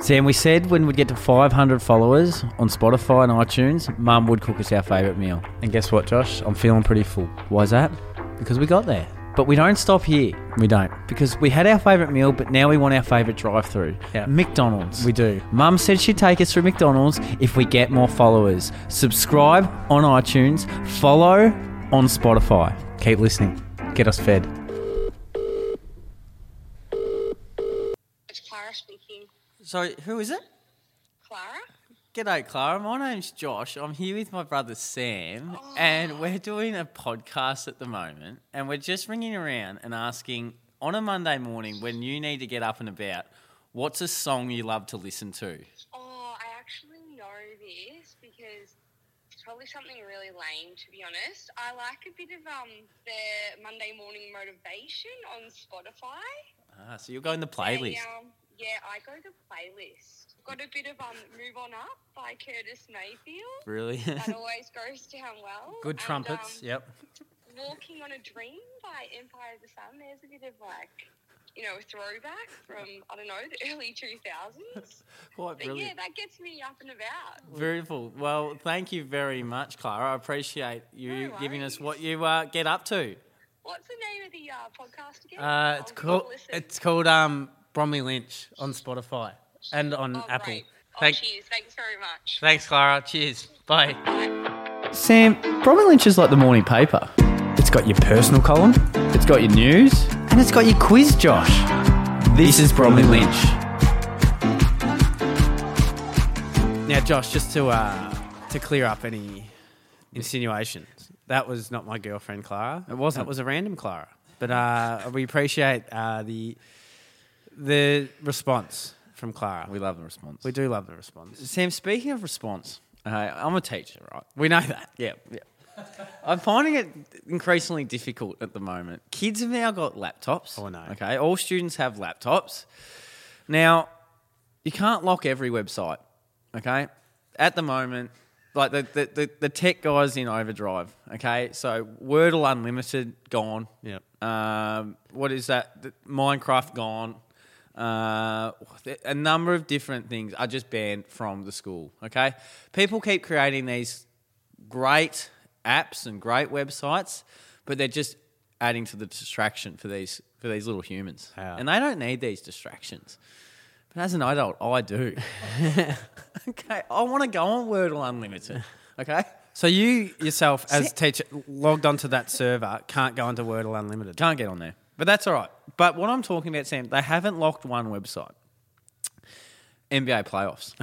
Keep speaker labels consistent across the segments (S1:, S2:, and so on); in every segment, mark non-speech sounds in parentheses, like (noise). S1: Sam, we said when we'd get to 500 followers on Spotify and iTunes, Mum would cook us our favourite meal. And guess what, Josh? I'm feeling pretty full. Why's that? Because we got there. But we don't stop here. We don't. Because we had our favourite meal, but now we want our favourite drive through
S2: Yeah.
S1: McDonald's.
S2: We do.
S1: Mum said she'd take us through McDonald's if we get more followers. Subscribe on iTunes, follow on Spotify.
S2: Keep listening. Get us fed.
S3: It's Clara speaking.
S1: So, who is it?
S3: Clara?
S1: G'day, Clara. My name's Josh. I'm here with my brother Sam, and we're doing a podcast at the moment. And we're just ringing around and asking on a Monday morning when you need to get up and about, what's a song you love to listen to?
S3: Oh, I actually know this because it's probably something really lame, to be honest. I like a bit of um the Monday morning motivation on Spotify.
S1: Ah, so you'll go in the
S3: They,
S1: playlist.
S3: um, yeah, I go to playlist. Got a bit of um Move On Up by Curtis Mayfield.
S1: Really? (laughs)
S2: (laughs)
S3: That always goes down well.
S2: Good trumpets.
S3: um, And, um,
S2: yep.
S3: Walking on a Dream by Empire of the Sun. There's a bit of like, you know, throwback from I don't know the (laughs) early two thousands.
S1: Quite
S3: But yeah,
S1: brilliant.
S3: that gets me up and about.
S1: Beautiful. Well, thank you very much, Clara. I appreciate you
S3: No
S1: giving us
S3: worries.
S1: what you uh, get up to.
S3: What's the name of the uh, podcast again?
S2: Uh, it's
S3: I'll-
S2: called
S3: I'll listen.
S2: it's called um, Bromley Lynch on Spotify and on
S3: Oh,
S2: Apple.
S3: great. Oh,
S2: Thank-
S3: cheers. Thanks very much.
S2: Thanks, Clara. Cheers. Bye.
S1: Sam, Bromley Lynch is like the morning paper. It's got your personal column, it's got your news, and it's got your quiz, Josh. This, is Bromley Lynch.
S2: Now, Josh, just to uh, to clear up any insinuations, that was not my girlfriend, Clara.
S1: It wasn't.
S2: That was a random Clara. But uh, we appreciate uh, the the response from Clara.
S1: We
S2: We,
S1: love the response.
S2: do love the response.
S1: Sam, speaking of response, uh, I'm a teacher, right?
S2: We know that.
S1: Yeah, yeah. I'm finding it increasingly difficult at the moment. Kids have now got laptops.
S2: Oh, no.
S1: Okay, all students have laptops. Now, you can't lock every website. Okay, at the moment, like the the, the, the tech guys in overdrive. Okay, so Wordle Unlimited gone.
S2: Yep.
S1: Um, what is that? The- Minecraft gone. Uh, a number of different things are just banned from the school. Okay, people keep creating these great apps and great websites, but they're just adding to the distraction for these for these little humans,
S2: Yeah.
S1: and they don't need these distractions. But as an adult, I
S2: (laughs)
S1: do. okay, I want to go on Wordle Unlimited. Okay,
S2: So you yourself, as
S1: Sit.
S2: teacher, logged onto that server, can't go into Wordle Unlimited.
S1: can't get on there, but that's all right. But what I'm talking about, Sam, they haven't locked one website. NBA playoffs.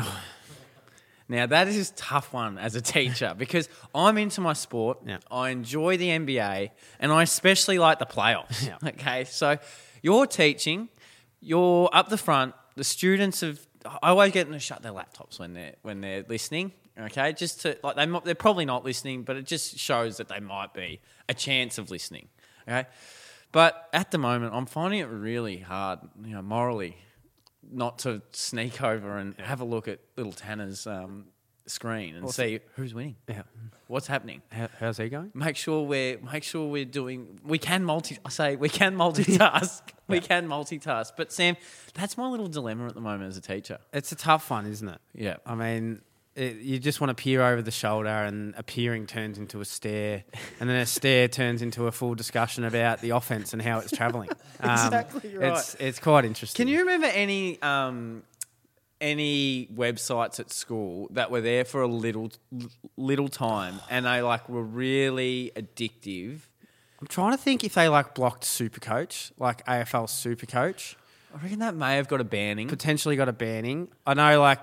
S1: now that is a tough one as a teacher because I'm into my sport.
S2: Yeah.
S1: I enjoy the NBA and I especially like the playoffs.
S2: Yeah.
S1: (laughs) Okay, so you're teaching, you're up the front. The students have. I always get them to shut their laptops when they're when they're listening. Okay, just to like they mo- they're probably not listening, but it just shows that they might be a chance of listening. Okay, but at the moment, I'm finding it really hard, you know, morally, not to sneak over and have a look at little Tanner's um, screen and see who's winning,
S2: Yeah.
S1: what's happening
S2: How, how's he going?
S1: make sure we're make sure we're doing we can multi I say we can (laughs) multitask. we can multitask. But Sam, that's my little dilemma at the moment as a teacher.
S2: It's a tough one, isn't it?
S1: Yeah.
S2: I mean, it, you just want to peer over the shoulder, and a peering turns into a stare, and then a stare turns into a full discussion about the offense and how it's traveling.
S1: (laughs)
S2: Um,
S1: Exactly right.
S2: It's it's quite interesting.
S1: Can you remember any um any websites at school that were there for a little little time and they like were really addictive?
S2: I'm trying to think if they like blocked Supercoach, like AFL Supercoach,
S1: I reckon that may have got a banning.
S2: potentially got a banning. I know, like.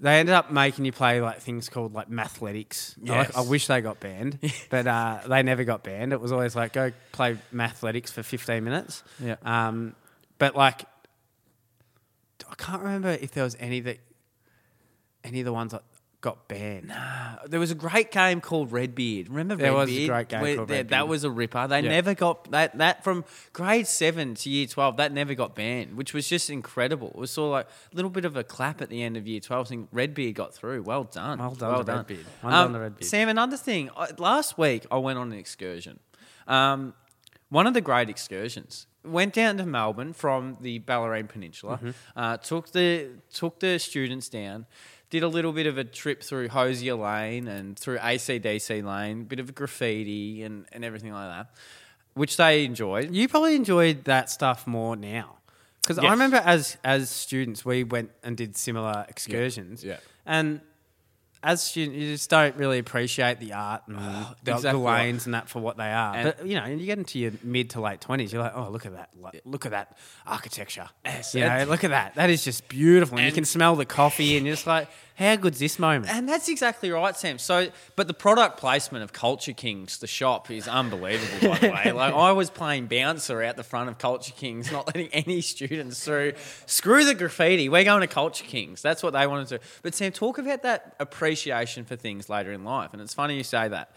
S2: They ended up making you play like things called like mathletics. I-
S1: Yes.
S2: I, wish they
S1: (laughs)
S2: got banned, but uh, they never got banned. It was always like go play mathletics for 15 minutes.
S1: Yeah.
S2: Um, but like, I can't remember if there was any that, any of the ones that got banned.
S1: There was a great game called Redbeard. Remember
S2: There was
S1: Redbeard?
S2: a great game
S1: Where
S2: called
S1: that- That
S2: Redbeard.
S1: was a ripper. They
S2: Yeah.
S1: never got that that from grade seven to year twelve. That never got banned, which was just incredible. It was sort of like a little bit of a clap at the end of year twelve, saying Redbeard got through. Well done.
S2: Well done to Redbeard. Well
S1: Um,
S2: done to Redbeard.
S1: Sam, another thing. uh, I, last week I went on an excursion. Um, one of the great excursions went down to Melbourne from the Ballerine Peninsula, uh, took the took the students down, did a little bit of a trip through Hosier Lane and through ACDC Lane, bit of graffiti and, and everything like that, which they enjoyed.
S2: You probably enjoyed that stuff more now. Because I
S1: Yes.
S2: remember as as students, we went and did similar excursions.
S1: Yeah.
S2: And as students, you just don't really appreciate the art
S1: (sighs)
S2: and the- the,
S1: exactly right.
S2: lanes and that for what they are.
S1: And-
S2: but you know, you get into your mid to late twenties, you're like, oh, look at that, lo- look at that architecture.
S1: Yes,
S2: you know,
S1: and-
S2: look at that. That is just beautiful. And, you
S1: And-
S2: can smell the coffee, and you're just like, how good's this moment?
S1: And that's exactly right, Sam. So, but the product placement of Culture Kings, the shop, is unbelievable. by the way, like I was playing bouncer out the front of Culture Kings, not letting any students through. Screw the graffiti. We're going to Culture Kings. That's what they wanted to. do. But Sam, talk about that appreciation for things later in life, and it's funny you say that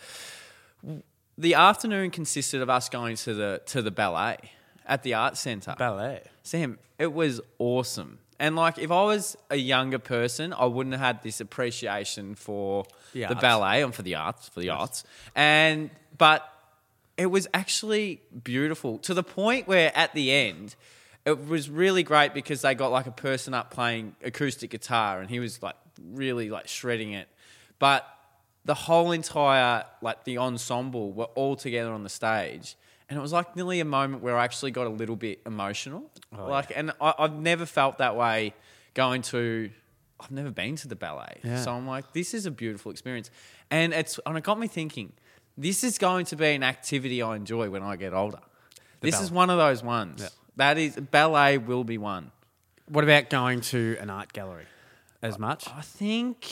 S1: the afternoon consisted of us going to the to the ballet at the art centre.
S2: Ballet.
S1: Sam, it was awesome. And like, if I was a younger person, I wouldn't have had this appreciation for
S2: The
S1: the,
S2: arts.
S1: ballet and for the arts, for the arts. And but it was actually beautiful to the point where at the end. It was really great because they got like a person up playing acoustic guitar and he was like really like shredding it. But the whole entire like the ensemble were all together on the stage and it was like nearly a moment where i actually got a little bit emotional
S2: Oh,
S1: like and I, i've never felt that way going to i've never been to the ballet
S2: Yeah.
S1: so i'm like this is a beautiful experience and it's and it got me thinking this is going to be an activity i enjoy when i get older this is
S2: ballet.
S1: one of those ones that is ballet will be one
S2: What about going to an art gallery? As much?
S1: i think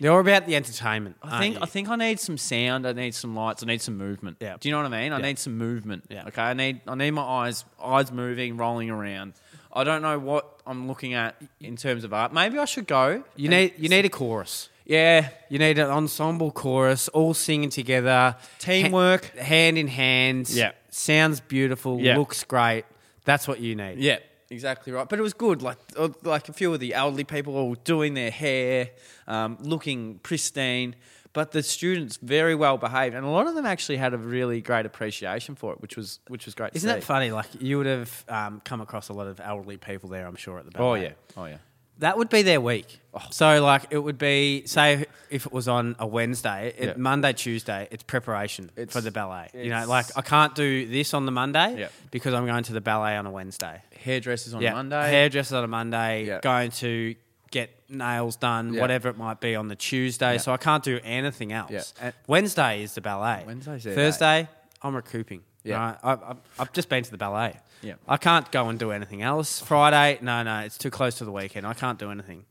S2: You're about the entertainment.
S1: I think I think I need some sound. I need some lights. I need some movement.
S2: Yeah.
S1: Do you know what I mean? I
S2: Yeah.
S1: need some movement.
S2: Yeah.
S1: Okay. I need I need my eyes eyes moving, rolling around. I don't know what I'm looking at in terms of art. Maybe I should go.
S2: you need you need a chorus.
S1: Yeah.
S2: You need an ensemble chorus, all singing together,
S1: Teamwork.
S2: ha- hand in hand.
S1: Yeah.
S2: sounds beautiful,
S1: Yeah.
S2: looks great. That's what you need.
S1: Yeah. Exactly right. But it was good. Like uh, like a few of the elderly people all doing their hair, um, looking pristine. But the students very well behaved, and a lot of them actually had a really great appreciation for it, which was which was great. to
S2: Isn't that
S1: see.
S2: funny? Like you would have um, come across a lot of elderly people there, I'm sure, at the
S1: Oh
S2: ballet.
S1: yeah. Oh yeah.
S2: That would be their week. So, like, it would be, say, if it was on a Wednesday, it,
S1: Yeah.
S2: Monday, Tuesday, it's preparation
S1: It's-
S2: for the ballet. You know,
S1: it's-
S2: like, I can't do this on the Monday
S1: Yeah.
S2: because I'm going to the ballet on a Wednesday.
S1: Hairdressers on
S2: Yeah.
S1: Monday.
S2: Hairdressers on a Monday,
S1: Yeah.
S2: going to get nails done,
S1: Yeah.
S2: whatever it might be on the Tuesday. So, I can't do anything else.
S1: Yeah. And-
S2: Wednesday is the ballet.
S1: Wednesday's their day.
S2: Thursday, I'm recouping.
S1: Yeah.
S2: Right? I, I, I've just been to the ballet.
S1: Yeah.
S2: I can't go and do anything else. Friday, no, no, it's too close to the weekend. I can't do anything.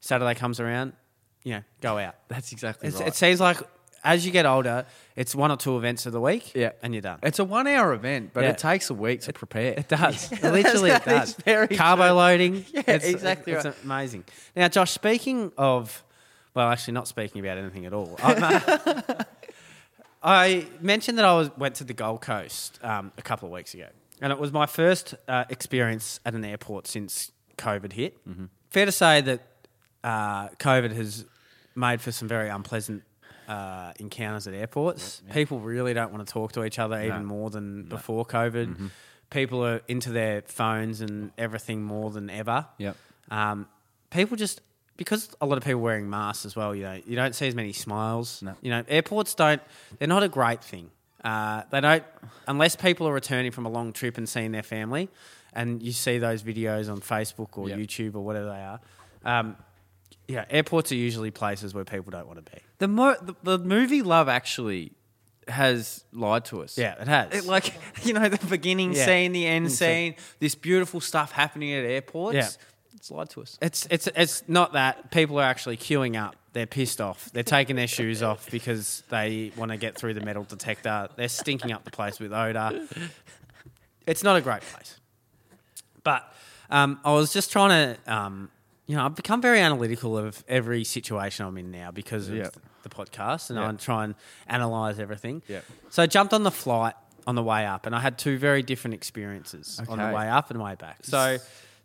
S2: Saturday comes around, you know, go out.
S1: That's exactly
S2: It's,
S1: right.
S2: It seems like as you get older, it's one or two events of the week,
S1: Yeah.
S2: and you're done.
S1: It's a one hour event, but
S2: Yeah.
S1: it takes a week to prepare.
S2: (laughs) It does. Literally,
S1: that
S2: it does.
S1: is (laughs) very
S2: Carbo
S1: true.
S2: loading.
S1: Yeah, exactly
S2: It's
S1: right.
S2: amazing. Now, Josh, speaking of, well, actually, not speaking about anything at all. I'm, uh, I mentioned that I was, went to the Gold Coast um, a couple of weeks ago, and it was my first uh, experience at an airport since COVID hit. Fair to say that uh, COVID has made for some very unpleasant. Uh, encounters at airports. People really don't want to talk to each other even more than before COVID. People are into their phones and everything more than ever.
S1: Yep.
S2: Um, people just because a lot of people wearing masks as well. You know, you don't see as many smiles.
S1: No.
S2: You know, airports don't. They're not a great thing. Uh, they don't unless people are returning from a long trip and seeing their family, and you see those videos on Facebook or
S1: Yep.
S2: YouTube or whatever they are. Um, yeah, airports are usually places where people don't want to be.
S1: The, mo- the the movie Love Actually has lied to us.
S2: Yeah, it has.
S1: It, like (laughs) you know the beginning
S2: Yeah.
S1: scene, the end
S2: It's a-
S1: scene, this beautiful stuff happening at airports.
S2: Yeah.
S1: It's lied to us.
S2: It's it's it's not that people are actually queuing up. They're pissed off. They're taking their shoes off because they want to get through the metal detector. They're stinking up the place with odor. It's not a great place. But um, I was just trying to, um, you know, I've become very analytical of every situation I'm in now because of
S1: Yeah.
S2: the podcast, and
S1: Yeah.
S2: I try and analyze everything.
S1: Yeah.
S2: So I jumped on the flight on the way up, and I had two very different experiences on the
S1: Okay.
S2: way up and way back. So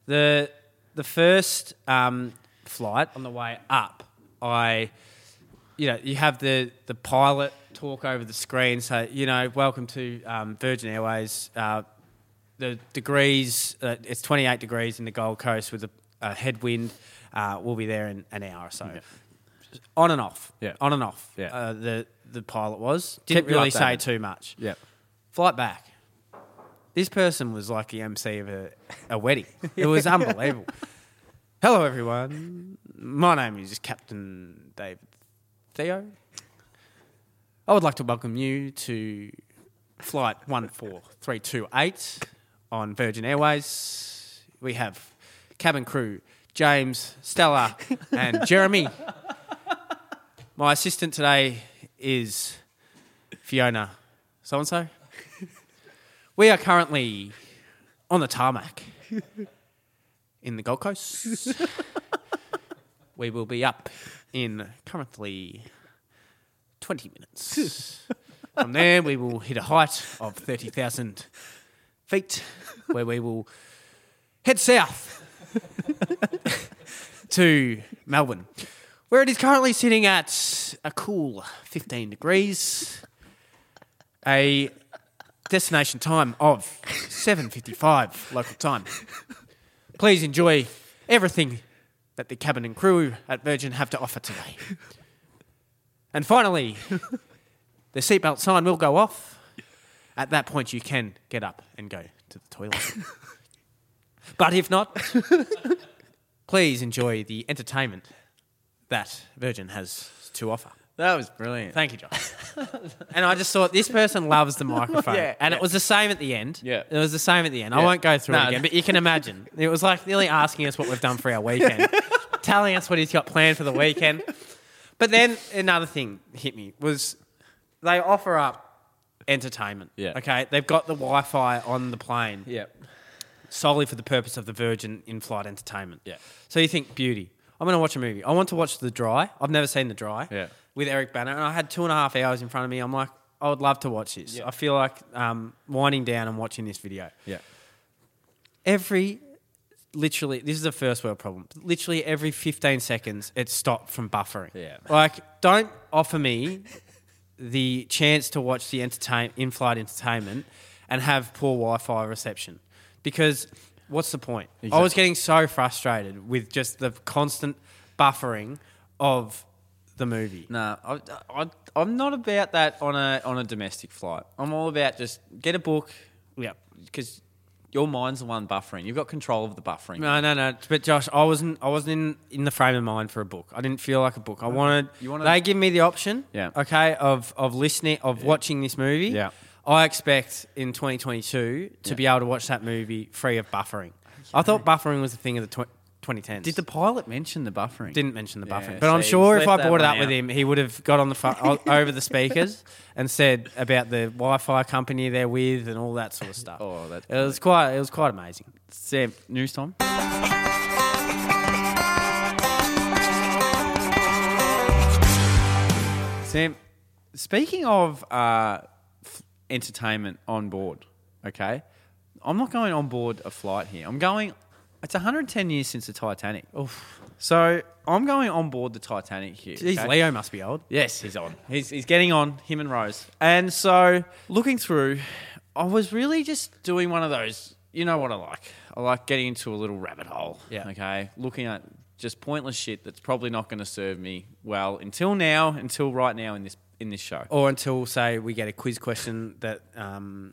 S2: the the first um, flight on the way up, I you know you have the the pilot talk over the screen. So you know, welcome to um, Virgin Airways. Uh, the degrees, uh, it's 28 degrees in the Gold Coast with a, a headwind. Uh, we'll be there in an hour or so. On and off.
S1: Yeah.
S2: On and off.
S1: Yeah.
S2: Uh, the, the pilot was. Didn't
S1: you
S2: really say
S1: updated.
S2: too much.
S1: Yeah.
S2: Flight back. This person was like the MC of a, a wedding. It was unbelievable. Hello, everyone. My name is Captain David Theo. I would like to welcome you to flight 14328 on Virgin Airways. We have cabin crew James, Stella, and Jeremy. My assistant today is Fiona so and so. We are currently on the tarmac (laughs) in the Gold Coast. (laughs) we will be up in currently 20 (laughs) minutes. From there, we will hit a height of 30,000 feet where we will head (laughs) south to Melbourne, where it is currently sitting at a cool 15 degrees. A destination time of 7.55 local time. Please enjoy everything that the cabin and crew at Virgin have to offer today. And finally, the seatbelt sign will go off. At that point, you can get up and go to the toilet. but if not, please enjoy the entertainment that Virgin has to offer.
S1: That was brilliant.
S2: Thank you, Josh. and I just thought this person
S1: (laughs)
S2: loves the microphone.
S1: Yeah,
S2: and
S1: yeah.
S2: it was the same at the end.
S1: Yeah.
S2: It was the same at the end. I
S1: Yeah.
S2: won't go through
S1: No.
S2: it again, but you
S1: (laughs)
S2: can imagine. It was like nearly asking us what we've done for our weekend, telling us what he's got planned for the weekend. But then another thing hit me was they offer up entertainment.
S1: Yeah.
S2: Okay. They've got the Wi Fi on the plane
S1: Yeah.
S2: solely for the purpose of the Virgin in flight entertainment.
S1: Yeah.
S2: So you think beauty. I'm going to watch a movie. I want to watch The Dry. I've never seen The Dry.
S1: Yeah.
S2: With Eric Banner, and I had two and a half hours in front of me. I'm like, I would love to watch this. I feel like um, winding down and watching this video.
S1: Yeah.
S2: Every, literally, this is a first world problem. Literally every 15 seconds, it's stopped from buffering.
S1: Yeah.
S2: Like, don't offer me the chance to watch the entertain in-flight entertainment and have poor Wi-Fi reception because what's the point? I was
S1: Exactly.
S2: getting so frustrated with just the constant buffering of the movie.
S1: No, I, I, I'm not about that on a on a domestic flight. I'm all about just get a book
S2: Yep.
S1: because your mind's the one buffering. You've got control of the buffering.
S2: No, no, no. But Josh, I wasn't. I wasn't in, in the frame of mind for a book. I didn't feel like a book. I wanted.
S1: You wanted-
S2: They give me the option.
S1: Yeah.
S2: Okay. Of of listening of watching this movie.
S1: Yeah.
S2: I expect in 2022 to
S1: Yeah.
S2: be able to watch that movie free of buffering. I thought buffering was a thing of the tw- 2010s.
S1: Did the pilot mention the buffering?
S2: didn't mention the
S1: Yeah,
S2: buffering, but I'm
S1: so he's
S2: sure if I
S1: left that
S2: brought it
S1: one
S2: up with
S1: out.
S2: him, he would have got on the fu- over
S1: (laughs)
S2: the speakers and said about the Wi-Fi company they're with and all that sort of stuff.
S1: Oh, that's
S2: it was quite. It was quite amazing.
S1: Sam, news time. Sam, speaking of uh, f- entertainment on board, okay, I'm not going on board a flight here. I'm going. It's 110 years since the Titanic.
S2: Oof.
S1: So I'm going on board the Titanic here.
S2: Jeez,
S1: okay?
S2: Leo must be old.
S1: Yes, he's on. He's, he's getting on, him and Rose. And so, looking through, I was really just doing one of those. You know what I like? I like getting into a little rabbit hole.
S2: Yeah.
S1: Okay. Looking at just pointless shit that's probably not going to serve me well until now, until right now in this in this show.
S2: or until say we get a quiz question that um,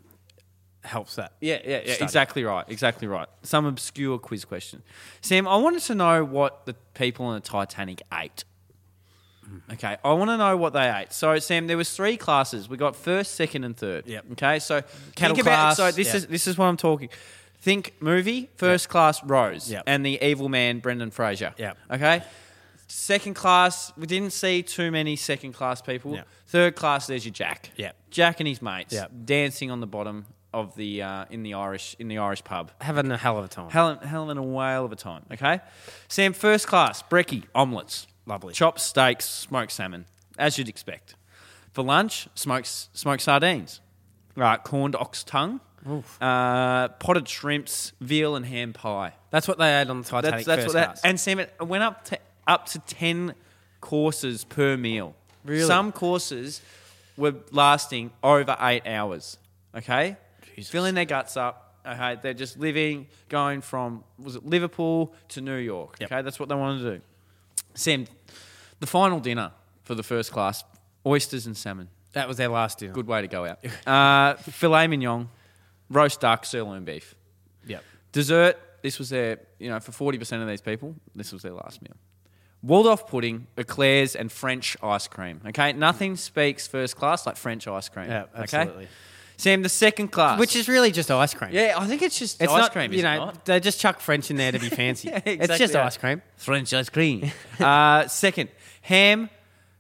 S2: helps that.
S1: Yeah, yeah, yeah.
S2: Study.
S1: Exactly right. Exactly right. Some obscure quiz question. Sam, I wanted to know what the people on the Titanic ate.
S2: Hmm.
S1: Okay, I want to know what they ate. So, Sam, there was three classes. We got first, second, and third.
S2: Yep.
S1: Okay, so
S2: Cattle
S1: think about.
S2: class,
S1: So this
S2: yeah.
S1: is this is what I'm talking. Think movie first class Rose
S2: Yep.
S1: and the evil man Brendan Fraser.
S2: Yep.
S1: Okay. Second class, we didn't see too many second class people.
S2: Yep.
S1: Third class, there's your Jack.
S2: Yep.
S1: Jack and his mates
S2: Yep.
S1: dancing on the bottom of the uh, in the Irish in the Irish pub.
S2: Having a hell of a time.
S1: Helen Helen a whale of a time. Okay, Sam, first class brekkie omelets,
S2: Lovely.
S1: chopped steaks, smoked salmon, as you'd expect. For lunch, smoked smoked sardines, right, corned ox tongue, uh, potted shrimps, veal and ham pie.
S2: That's what they had on the Titanic.
S1: That's that's
S2: first
S1: what that.
S2: class.
S1: And Sam, it went up to up to ten courses per meal.
S2: Really?
S1: some courses were lasting over eight hours. Okay, filling their guts up, Okay, they're just living, going from was it Liverpool to New York.
S2: Yep.
S1: Okay, that's what they want to do. Sam, the final dinner for the first class: oysters and salmon.
S2: That was their last dinner.
S1: Good way to go out.
S2: (laughs)
S1: Uh, filet mignon, roast duck, sirloin beef.
S2: Yep.
S1: Dessert. This was their, you know, for forty percent of these people, this was their last meal. Waldorf pudding, eclairs, and French ice cream. Okay, nothing speaks first class like French ice cream.
S2: Yeah,
S1: okay?
S2: absolutely.
S1: Sam, the second class,
S2: Which is really just ice cream.
S1: yeah, I think it's just
S2: It's
S1: ice
S2: not,
S1: cream.
S2: you
S1: is it
S2: know,
S1: not?
S2: they just chuck French in there
S1: (laughs)
S2: to be fancy.
S1: Yeah,
S2: it's
S1: exactly
S2: just
S1: that.
S2: ice cream.
S1: French ice cream. (laughs) uh, second, ham.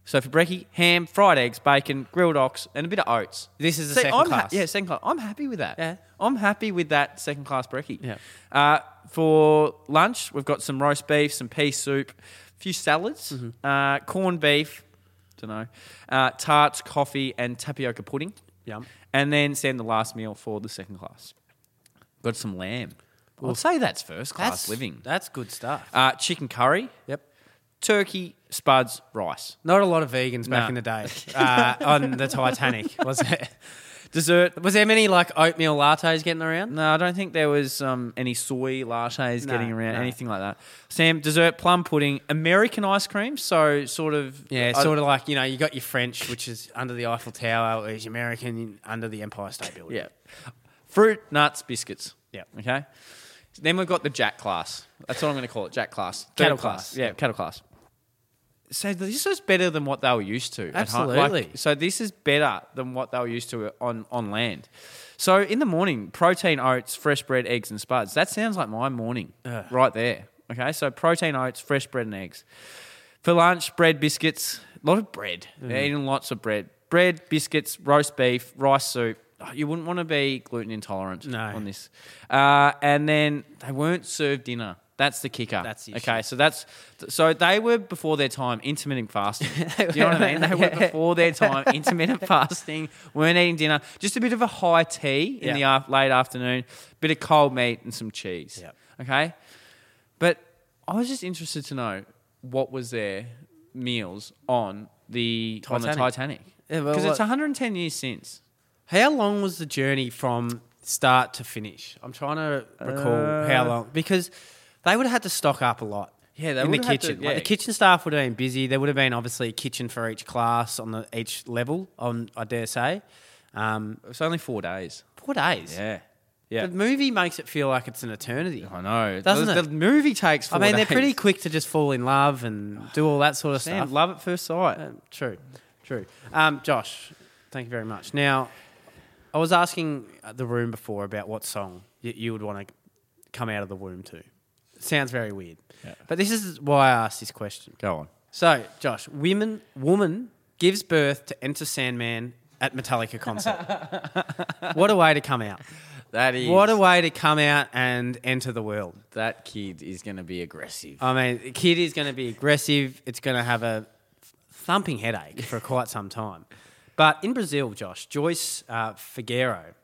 S1: So for brekkie, ham, fried eggs, bacon, grilled ox, and a bit of oats.
S2: This is the
S1: See,
S2: second
S1: I'm ha-
S2: class.
S1: yeah, second class. I'm happy with that.
S2: Yeah.
S1: I'm happy with that second class brekkie.
S2: Yeah.
S1: Uh, for lunch, we've got some roast beef, some pea soup, a few salads,
S2: Mm-hmm.
S1: uh, corned beef, don't know, uh, tarts, coffee, and tapioca pudding.
S2: Yum.
S1: And then send the last meal for the second class. Got some lamb. I'd say that's first class
S2: That's
S1: living.
S2: That's good stuff.
S1: Uh, chicken curry,
S2: yep.
S1: turkey, spuds, rice.
S2: Not a lot of vegans back
S1: No.
S2: in
S1: (laughs)
S2: the day uh, on the Titanic, was it? (laughs)
S1: Dessert.
S2: Was there many like oatmeal lattes getting around?
S1: No, I don't think there was um, any soy lattes
S2: No,
S1: getting around,
S2: no.
S1: anything like that. Sam, dessert, plum pudding, American ice cream. So sort of.
S2: Yeah,
S1: I-
S2: sort of like, you know, you got your French, which is under the Eiffel Tower, or is American under the Empire State Building.
S1: Yeah. Fruit, nuts, biscuits.
S2: Yep.
S1: Okay. Then we've got the jack class. That's what I'm going to call it, jack class. Third
S2: Cattle class.
S1: Yeah, cattle class. So this is better than what they were used to. at home. Like,
S2: Absolutely.
S1: so this is better than what they were used to on, on land. So in the morning, protein oats, fresh bread, eggs, and spuds. That sounds like my morning
S2: Ugh.
S1: right there. Okay, so protein oats, fresh bread, and eggs. For lunch, bread, biscuits, a lot of bread.
S2: Mm-hmm.
S1: They're eating lots of bread. Bread, biscuits, roast beef, rice soup. Oh, You wouldn't want to be gluten intolerant
S2: No.
S1: on this. Uh, and then they weren't served dinner. That's the kicker.
S2: That's the
S1: okay.
S2: issue.
S1: So that's so they were before their time intermittent
S2: (laughs)
S1: fasting. Do you know what I mean? They were
S2: Yeah.
S1: before their time
S2: (laughs)
S1: intermittent fasting, weren't eating dinner. Just a bit of a high tea in the
S2: Yeah.
S1: af- late afternoon, bit of cold meat and some cheese.
S2: Yep.
S1: Okay. But I was just interested to know what was their meals on the on the
S2: Titanic.
S1: Titanic
S2: Yeah,
S1: because
S2: well,
S1: it's
S2: what-
S1: 110 years since.
S2: How long was the journey from start to finish? I'm trying to recall how
S1: Uh,
S2: long because they would have had to stock up a lot.
S1: Yeah, they
S2: in
S1: would
S2: the
S1: have had to-
S2: kitchen. Like,
S1: yeah.
S2: the kitchen staff would have been busy. There would have been obviously a kitchen for each class on the each level. On I dare say, um,
S1: It's only four days.
S2: four days.
S1: Yeah. Yeah.
S2: The movie makes it feel like it's an eternity.
S1: I know.
S2: Doesn't
S1: the,
S2: it?
S1: The movie takes.
S2: I
S1: Four
S2: mean, they're
S1: days.
S2: pretty quick to just fall in love and do all that sort of
S1: Damn,
S2: stuff.
S1: love at first sight.
S2: Um, true, true. Um, Josh, thank you very much. Now, I was asking uh, the room before about what song you, you would want to come out of the womb to. It sounds very weird,
S1: Yeah.
S2: but this is why I asked this question.
S1: Go on.
S2: So, Josh, women, woman gives birth to Enter Sandman at Metallica concert. what a way to come out!
S1: That is
S2: What a way to come out and enter the world.
S1: that kid is going to be aggressive.
S2: I mean, the kid is going to be aggressive. It's going to have a thumping headache for quite some time. But in Brazil, Josh, Joyce uh, Figueiro,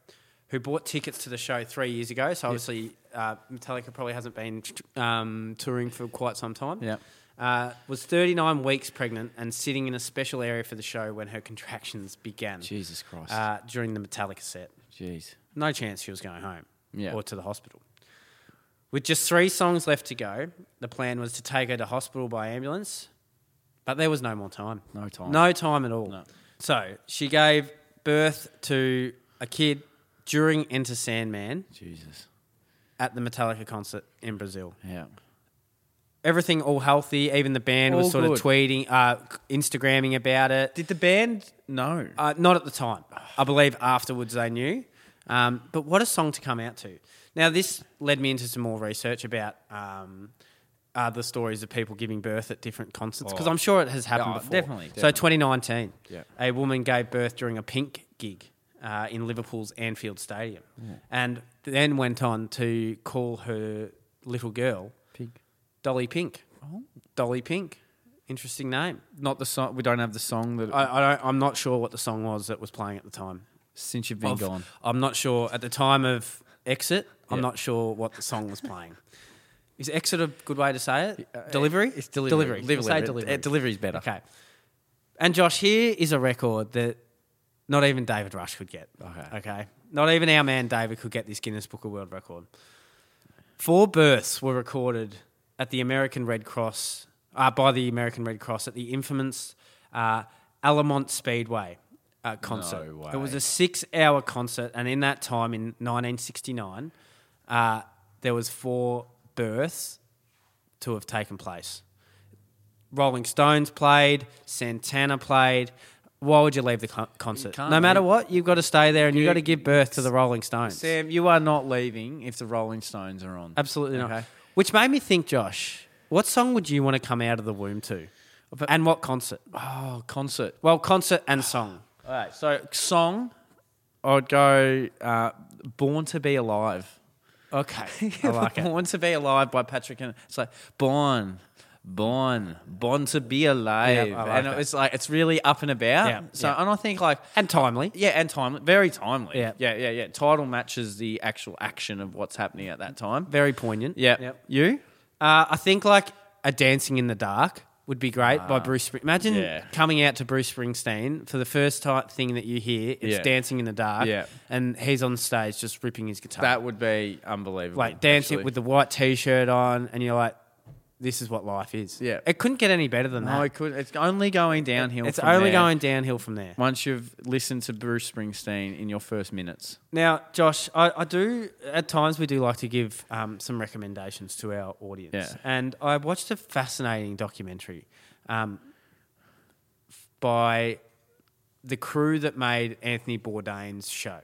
S2: who bought tickets to the show three years ago, so obviously uh, Metallica probably hasn't been um, touring for quite some time.
S1: Yeah.
S2: Uh, was 39 weeks pregnant and sitting in a special area for the show when her contractions began
S1: Jesus Christ.
S2: uh, during the Metallica set.
S1: Jeez.
S2: No chance she was going home
S1: Yeah.
S2: or to the hospital. With just three songs left to go, the plan was to take her to hospital by ambulance, but there was no more time.
S1: No time.
S2: No time at all.
S1: No.
S2: So she gave birth to a kid during Enter Sandman
S1: Jesus.
S2: at the Metallica concert in Brazil.
S1: Yeah.
S2: Everything all healthy, even the band was
S1: All
S2: sort
S1: good.
S2: of tweeting, uh, Instagramming about it.
S1: Did the band know?
S2: Uh, not at the time. I believe afterwards they knew. Um, but what a song to come out to. Now, this led me into some more research about um, uh, the stories of people giving birth at different concerts, because
S1: Oh.
S2: I'm sure it has happened
S1: Yeah,
S2: before.
S1: definitely,
S2: So,
S1: definitely.
S2: 2019,
S1: Yeah.
S2: a woman gave birth during a pink gig uh, in Liverpool's Anfield Stadium and then went on to call her little girl
S1: Pink.
S2: Dolly Pink.
S1: Oh.
S2: Dolly Pink. Interesting name.
S1: Not the song. We don't have the song that
S2: I, I don't, I'm not sure what the song was that was playing at the time.
S1: since you've been
S2: of-
S1: gone.
S2: I'm not sure at the time of exit. I'm
S1: Yeah.
S2: not sure what the song was playing. Is exit a good way to say it? delivery.
S1: Uh, It's delivery.
S2: Delivery.
S1: Delivery.
S2: We'll say
S1: Uh,
S2: delivery.
S1: delivery's better.
S2: Okay. And Josh, here is a record that not even David Rush could get.
S1: Okay.
S2: Okay. Not even our man David could get this Guinness Book of World Record. Four births were recorded at the American Red Cross uh, by the American Red Cross at the infamous uh, Alamont Speedway uh, concert.
S1: No
S2: It was
S1: way.
S2: a six-hour concert, and in that time, in 1969, uh, there was four births to have taken place. Rolling Stones played, Santana played. Why would you leave the con- concert?
S1: can't
S2: No matter
S1: leave-
S2: what, you've got to stay there and you've
S1: You-
S2: got to give birth to the Rolling Stones.
S1: Sam, you are not leaving if the Rolling Stones are on.
S2: Absolutely not.
S1: Okay.
S2: Which made me think, Josh, what song would you want to come out of the womb to? and what concert?
S1: Oh, concert.
S2: Well, concert and
S1: (sighs)
S2: song.
S1: All right. So song, I'd go uh, "Born to Be Alive."
S2: Okay. (laughs)
S1: (laughs)
S2: I like it.
S1: "Born to Be Alive" by Patrick and it's like "Born, Born, Born to Be Alive,"
S2: Yeah, I like
S1: and
S2: that.
S1: it's like it's really up and about.
S2: Yeah,
S1: so
S2: yeah.
S1: and I think like
S2: And timely.
S1: yeah, and timely, very timely.
S2: Yeah.
S1: yeah, yeah, yeah. Title matches the actual action of what's happening at that time.
S2: Very poignant.
S1: Yeah,
S2: Yep.
S1: you.
S2: Uh, I think like a Dancing in the Dark would be great by Bruce. Spring- Imagine
S1: Ah, yeah.
S2: coming out to Bruce Springsteen for the first type thing that you hear. It's
S1: Yeah.
S2: Dancing in the Dark,
S1: Yeah.
S2: and he's on stage just ripping his guitar,
S1: That would be unbelievable.
S2: like dancing
S1: actually.
S2: with the white T-shirt on, and you're like, "This is what life is."
S1: Yeah.
S2: it couldn't get any better than
S1: No,
S2: that.
S1: it could. It's only going downhill.
S2: It's
S1: from
S2: only
S1: there
S2: going downhill from there.
S1: once you've listened to Bruce Springsteen in your first minutes.
S2: Now, Josh, I, I do at times we do like to give um, some recommendations to our audience,
S1: Yeah.
S2: and I watched a fascinating documentary um, f- by the crew that made Anthony Bourdain's show.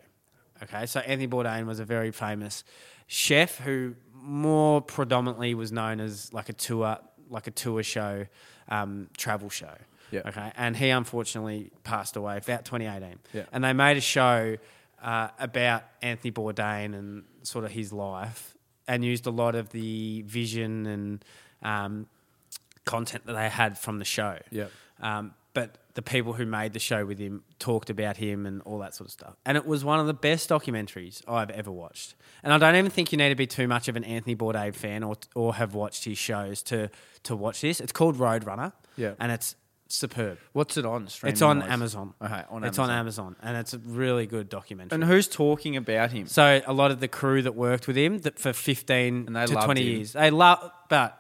S2: Okay, so Anthony Bourdain was a very famous chef who more predominantly was known as like a tour, like a tour show, um, travel show.
S1: Yeah.
S2: Okay, and he unfortunately passed away about 2018.
S1: Yeah.
S2: And they made a show uh, about Anthony Bourdain and sort of his life, and used a lot of the vision and um, content that they had from the show.
S1: Yep.
S2: Um, but the people who made the show with him talked about him and all that sort of stuff. And it was one of the best documentaries I've ever watched. And I don't even think you need to be too much of an Anthony Bourdain fan or, or have watched his shows to, to watch this. It's called Roadrunner.
S1: Yeah.
S2: And it's superb.
S1: What's it on?
S2: It's on
S1: streaming-wise?
S2: Amazon.
S1: Okay, on
S2: it's
S1: Amazon.
S2: on Amazon, and it's a really good documentary.
S1: And who's talking about him?
S2: so a lot of the crew that worked with him that for fifteen
S1: And they
S2: to
S1: loved
S2: twenty
S1: him.
S2: years, they love. But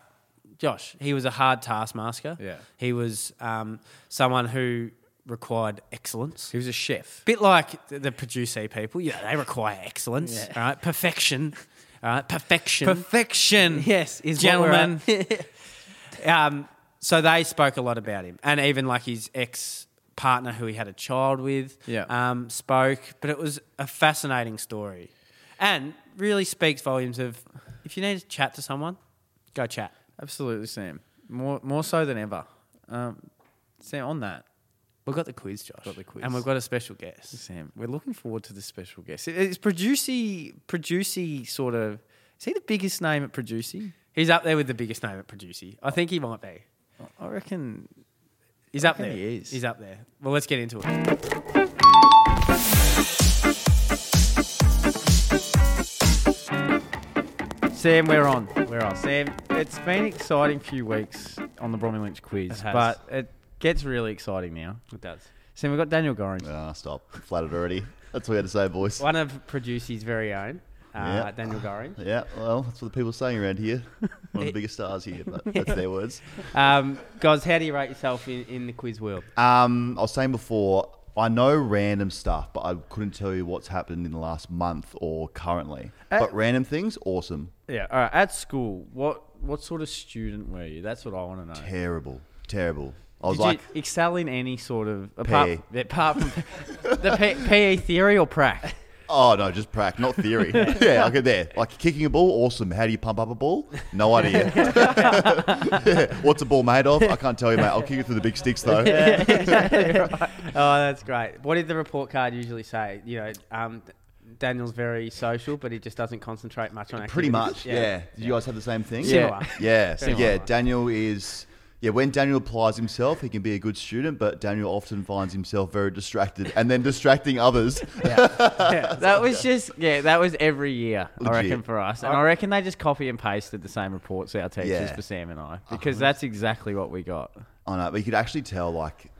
S2: Josh, he was a hard taskmaster.
S1: Yeah.
S2: he was um, someone who required excellence.
S1: He was a chef.
S2: Bit like the, the producer people, yeah, they require excellence,
S1: Yeah.
S2: all right, perfection, all right, perfection,
S1: Perfection.
S2: Yes, is what we're
S1: gentlemen.
S2: (laughs) um, so they spoke a lot about him, and even like his ex partner who he had a child with,
S1: Yeah.
S2: um, spoke. But it was a fascinating story, and really speaks volumes of if you need to chat to someone, go chat.
S1: Absolutely, Sam. More more so than ever. Um, Sam, on that,
S2: We've got the quiz, Josh.
S1: Got the quiz.
S2: and we've got a special guest.
S1: Sam, we're looking forward to this special guest. It- It's Producey, Producey sort of. Is he the biggest name at Producey?
S2: He's up there with the biggest name at Producey. I think he might be.
S1: I reckon.
S2: He's up there.
S1: reckon he is.
S2: He's up there. Well, let's get into it.
S1: Sam, we're on. We're on. Sam, it's been exciting few weeks on the Bromley Lynch quiz,
S2: It has.
S1: but it gets really exciting now.
S2: It does.
S1: Sam, we've got Daniel Goring.
S4: Ah, stop. Flattered already. That's what we had to say, boys.
S2: One of Producey's very own, uh,
S4: Yeah.
S2: Daniel Goring.
S4: Yeah, well, that's what the people are saying around here. One of the biggest stars here,
S1: (laughs)
S4: but that's their words.
S2: Um, guys, how do you rate yourself in, in the quiz world?
S4: Um, I was saying before, I know random stuff, but I couldn't tell you what's happened in the last month or currently.
S1: Uh,
S4: but random things, awesome.
S1: Yeah. All right. At school, what what sort of student were you? That's what I want to know.
S4: Terrible. Terrible. I was
S1: Did
S4: like,
S1: you excel in any sort of apart (laughs)
S4: PE.
S1: apart from the P-
S2: E
S1: PE theory or
S2: (laughs)
S1: prac?
S4: oh no, just prac,
S1: (laughs)
S4: not theory. yeah, I get there. Like kicking a ball, awesome. How do you pump up a ball?
S1: (laughs)
S4: No idea. (laughs) What's a ball made of? I can't tell you, mate. I'll kick it through the big sticks though.
S2: (laughs) Oh, that's great. What did the report card usually say? You know, um, Daniel's very social, but he just doesn't concentrate much on activities.
S4: Pretty much, yeah. Did you guys have the same thing?
S2: Similar.
S4: Yeah, so
S2: Very
S4: yeah,
S2: similar.
S4: Daniel is. Yeah, when Daniel applies himself, he can be a good student, but Daniel often finds himself very distracted and then distracting others.
S1: that was just yeah. That was every year I
S4: Legit.
S1: reckon for us, and I reckon they just copy and pasted the same reports to our teachers
S4: Yeah.
S1: for Sam and I because that's exactly what we got.
S4: I know, but you could actually tell, like,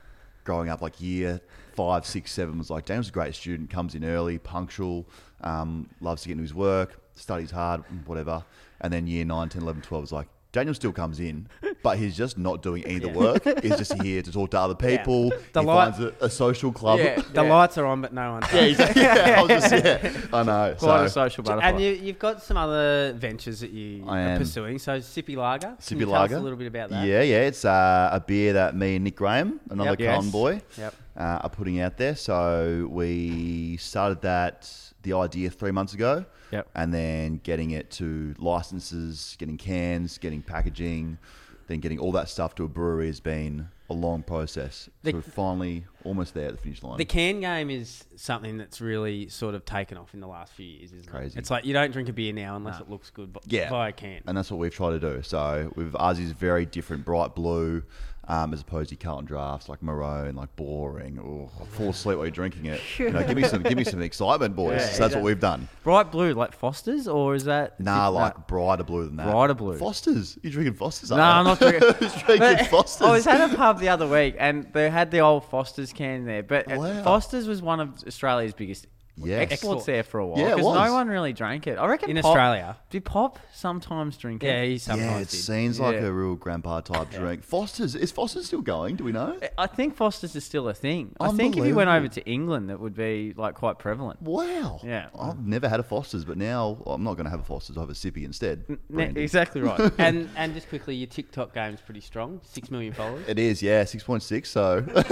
S4: growing up, like year five, six, seven, was like James was a great student, comes in early, punctual, um, loves to get into his work, studies hard, whatever. And then year nine, 10, 11, 12 was like, Daniel still comes in, but he's just not doing either work. He's just here to talk to other people.
S2: The
S4: he
S2: light-
S4: finds a, a social club.
S5: Yeah.
S2: The lights are on, but no one's
S4: (laughs) Yeah, he's- yeah, (laughs) I was just, yeah, I know.
S1: Quite a
S4: so,
S1: social butterfly.
S2: And you, you've got some other ventures that you
S4: I
S2: are
S4: am.
S2: pursuing. So Sippy Lager. Can
S4: Sippy
S2: you
S4: Lager.
S2: Tell us a little bit about that.
S4: Yeah, yeah. It's uh, a beer that me and Nick Graham, another
S2: Yep.
S4: yep,
S2: Yes.
S4: boy,
S2: Yep.
S4: uh, are putting out there. So we started that, the idea three months ago.
S2: Yep.
S4: And then getting it to licenses, getting cans, getting packaging, then getting all that stuff to a brewery has been a long process.
S2: The-
S4: so we're finally almost there at the finish line.
S2: The can game is something that's really sort of taken off in the last few years, isn't it?
S4: Crazy.
S2: It's like you don't drink a beer now unless it looks good b-
S4: Yeah.
S2: by a can.
S4: And that's what we've tried to do. So with ours is very different, bright blue, um, as opposed to Carlton drafts like maroon, like boring. Or I fall asleep while you're drinking it. You know, give me some, give me some excitement, boys. so that's what we've done.
S1: Bright blue, like Foster's, or is that?
S4: Nah,
S1: is-
S4: like brighter blue than that.
S1: Brighter blue.
S4: Fosters. You drinking Fosters?
S1: No, I'm
S4: (laughs)
S1: not drinking.
S4: He's drinking Fosters.
S1: I was at a pub the other week, and they had the old Foster's can there. But uh,
S4: Wow.
S1: Foster's was one of Australia's biggest
S4: Yes.
S1: exports there for a while.
S4: Yeah, it
S1: 'cause
S4: was.
S1: no one really drank it. I reckon
S2: In
S1: Pop-
S2: Australia.
S1: did Pop sometimes drink
S2: Yeah,
S1: it?
S2: he sometimes
S4: (laughs) yeah, it
S2: did.
S4: seems like
S1: Yeah.
S4: a real grandpa type drink. Fosters is Fosters still going? Do we know?
S1: I think Foster's is still a thing. I think if you went
S4: Unbelievable.
S1: over to England, that would be like quite prevalent.
S4: Wow.
S1: Yeah.
S4: I've never had a Fosters, but now I'm not going to have a Fosters. I will have a sippy instead.
S1: Ne-
S4: Brandy.
S1: exactly
S4: (laughs)
S1: right.
S2: and and just quickly, your TikTok game's pretty strong. Six million followers.
S4: It is, yeah, six point six. So (laughs)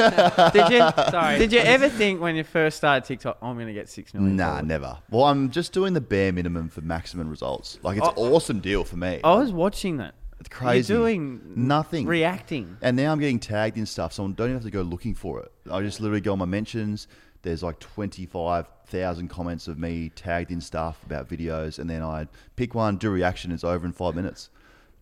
S1: did you?
S2: Sorry.
S1: Did you ever think when you first started TikTok, "Oh, I'm going to get six million?
S4: Nah,
S1: followers?
S4: never. Well, I'm just doing the bare minimum for maximum results. Like it's an awesome deal for me.
S1: I was watching that.
S4: it's crazy.
S1: Oh, You're doing
S4: nothing.
S1: reacting.
S4: and now I'm getting tagged in stuff, so I don't even have to go looking for it. I just literally go on my mentions. There's like twenty five thousand comments of me tagged in stuff about videos, and then I pick one, do a reaction. It's over in five minutes.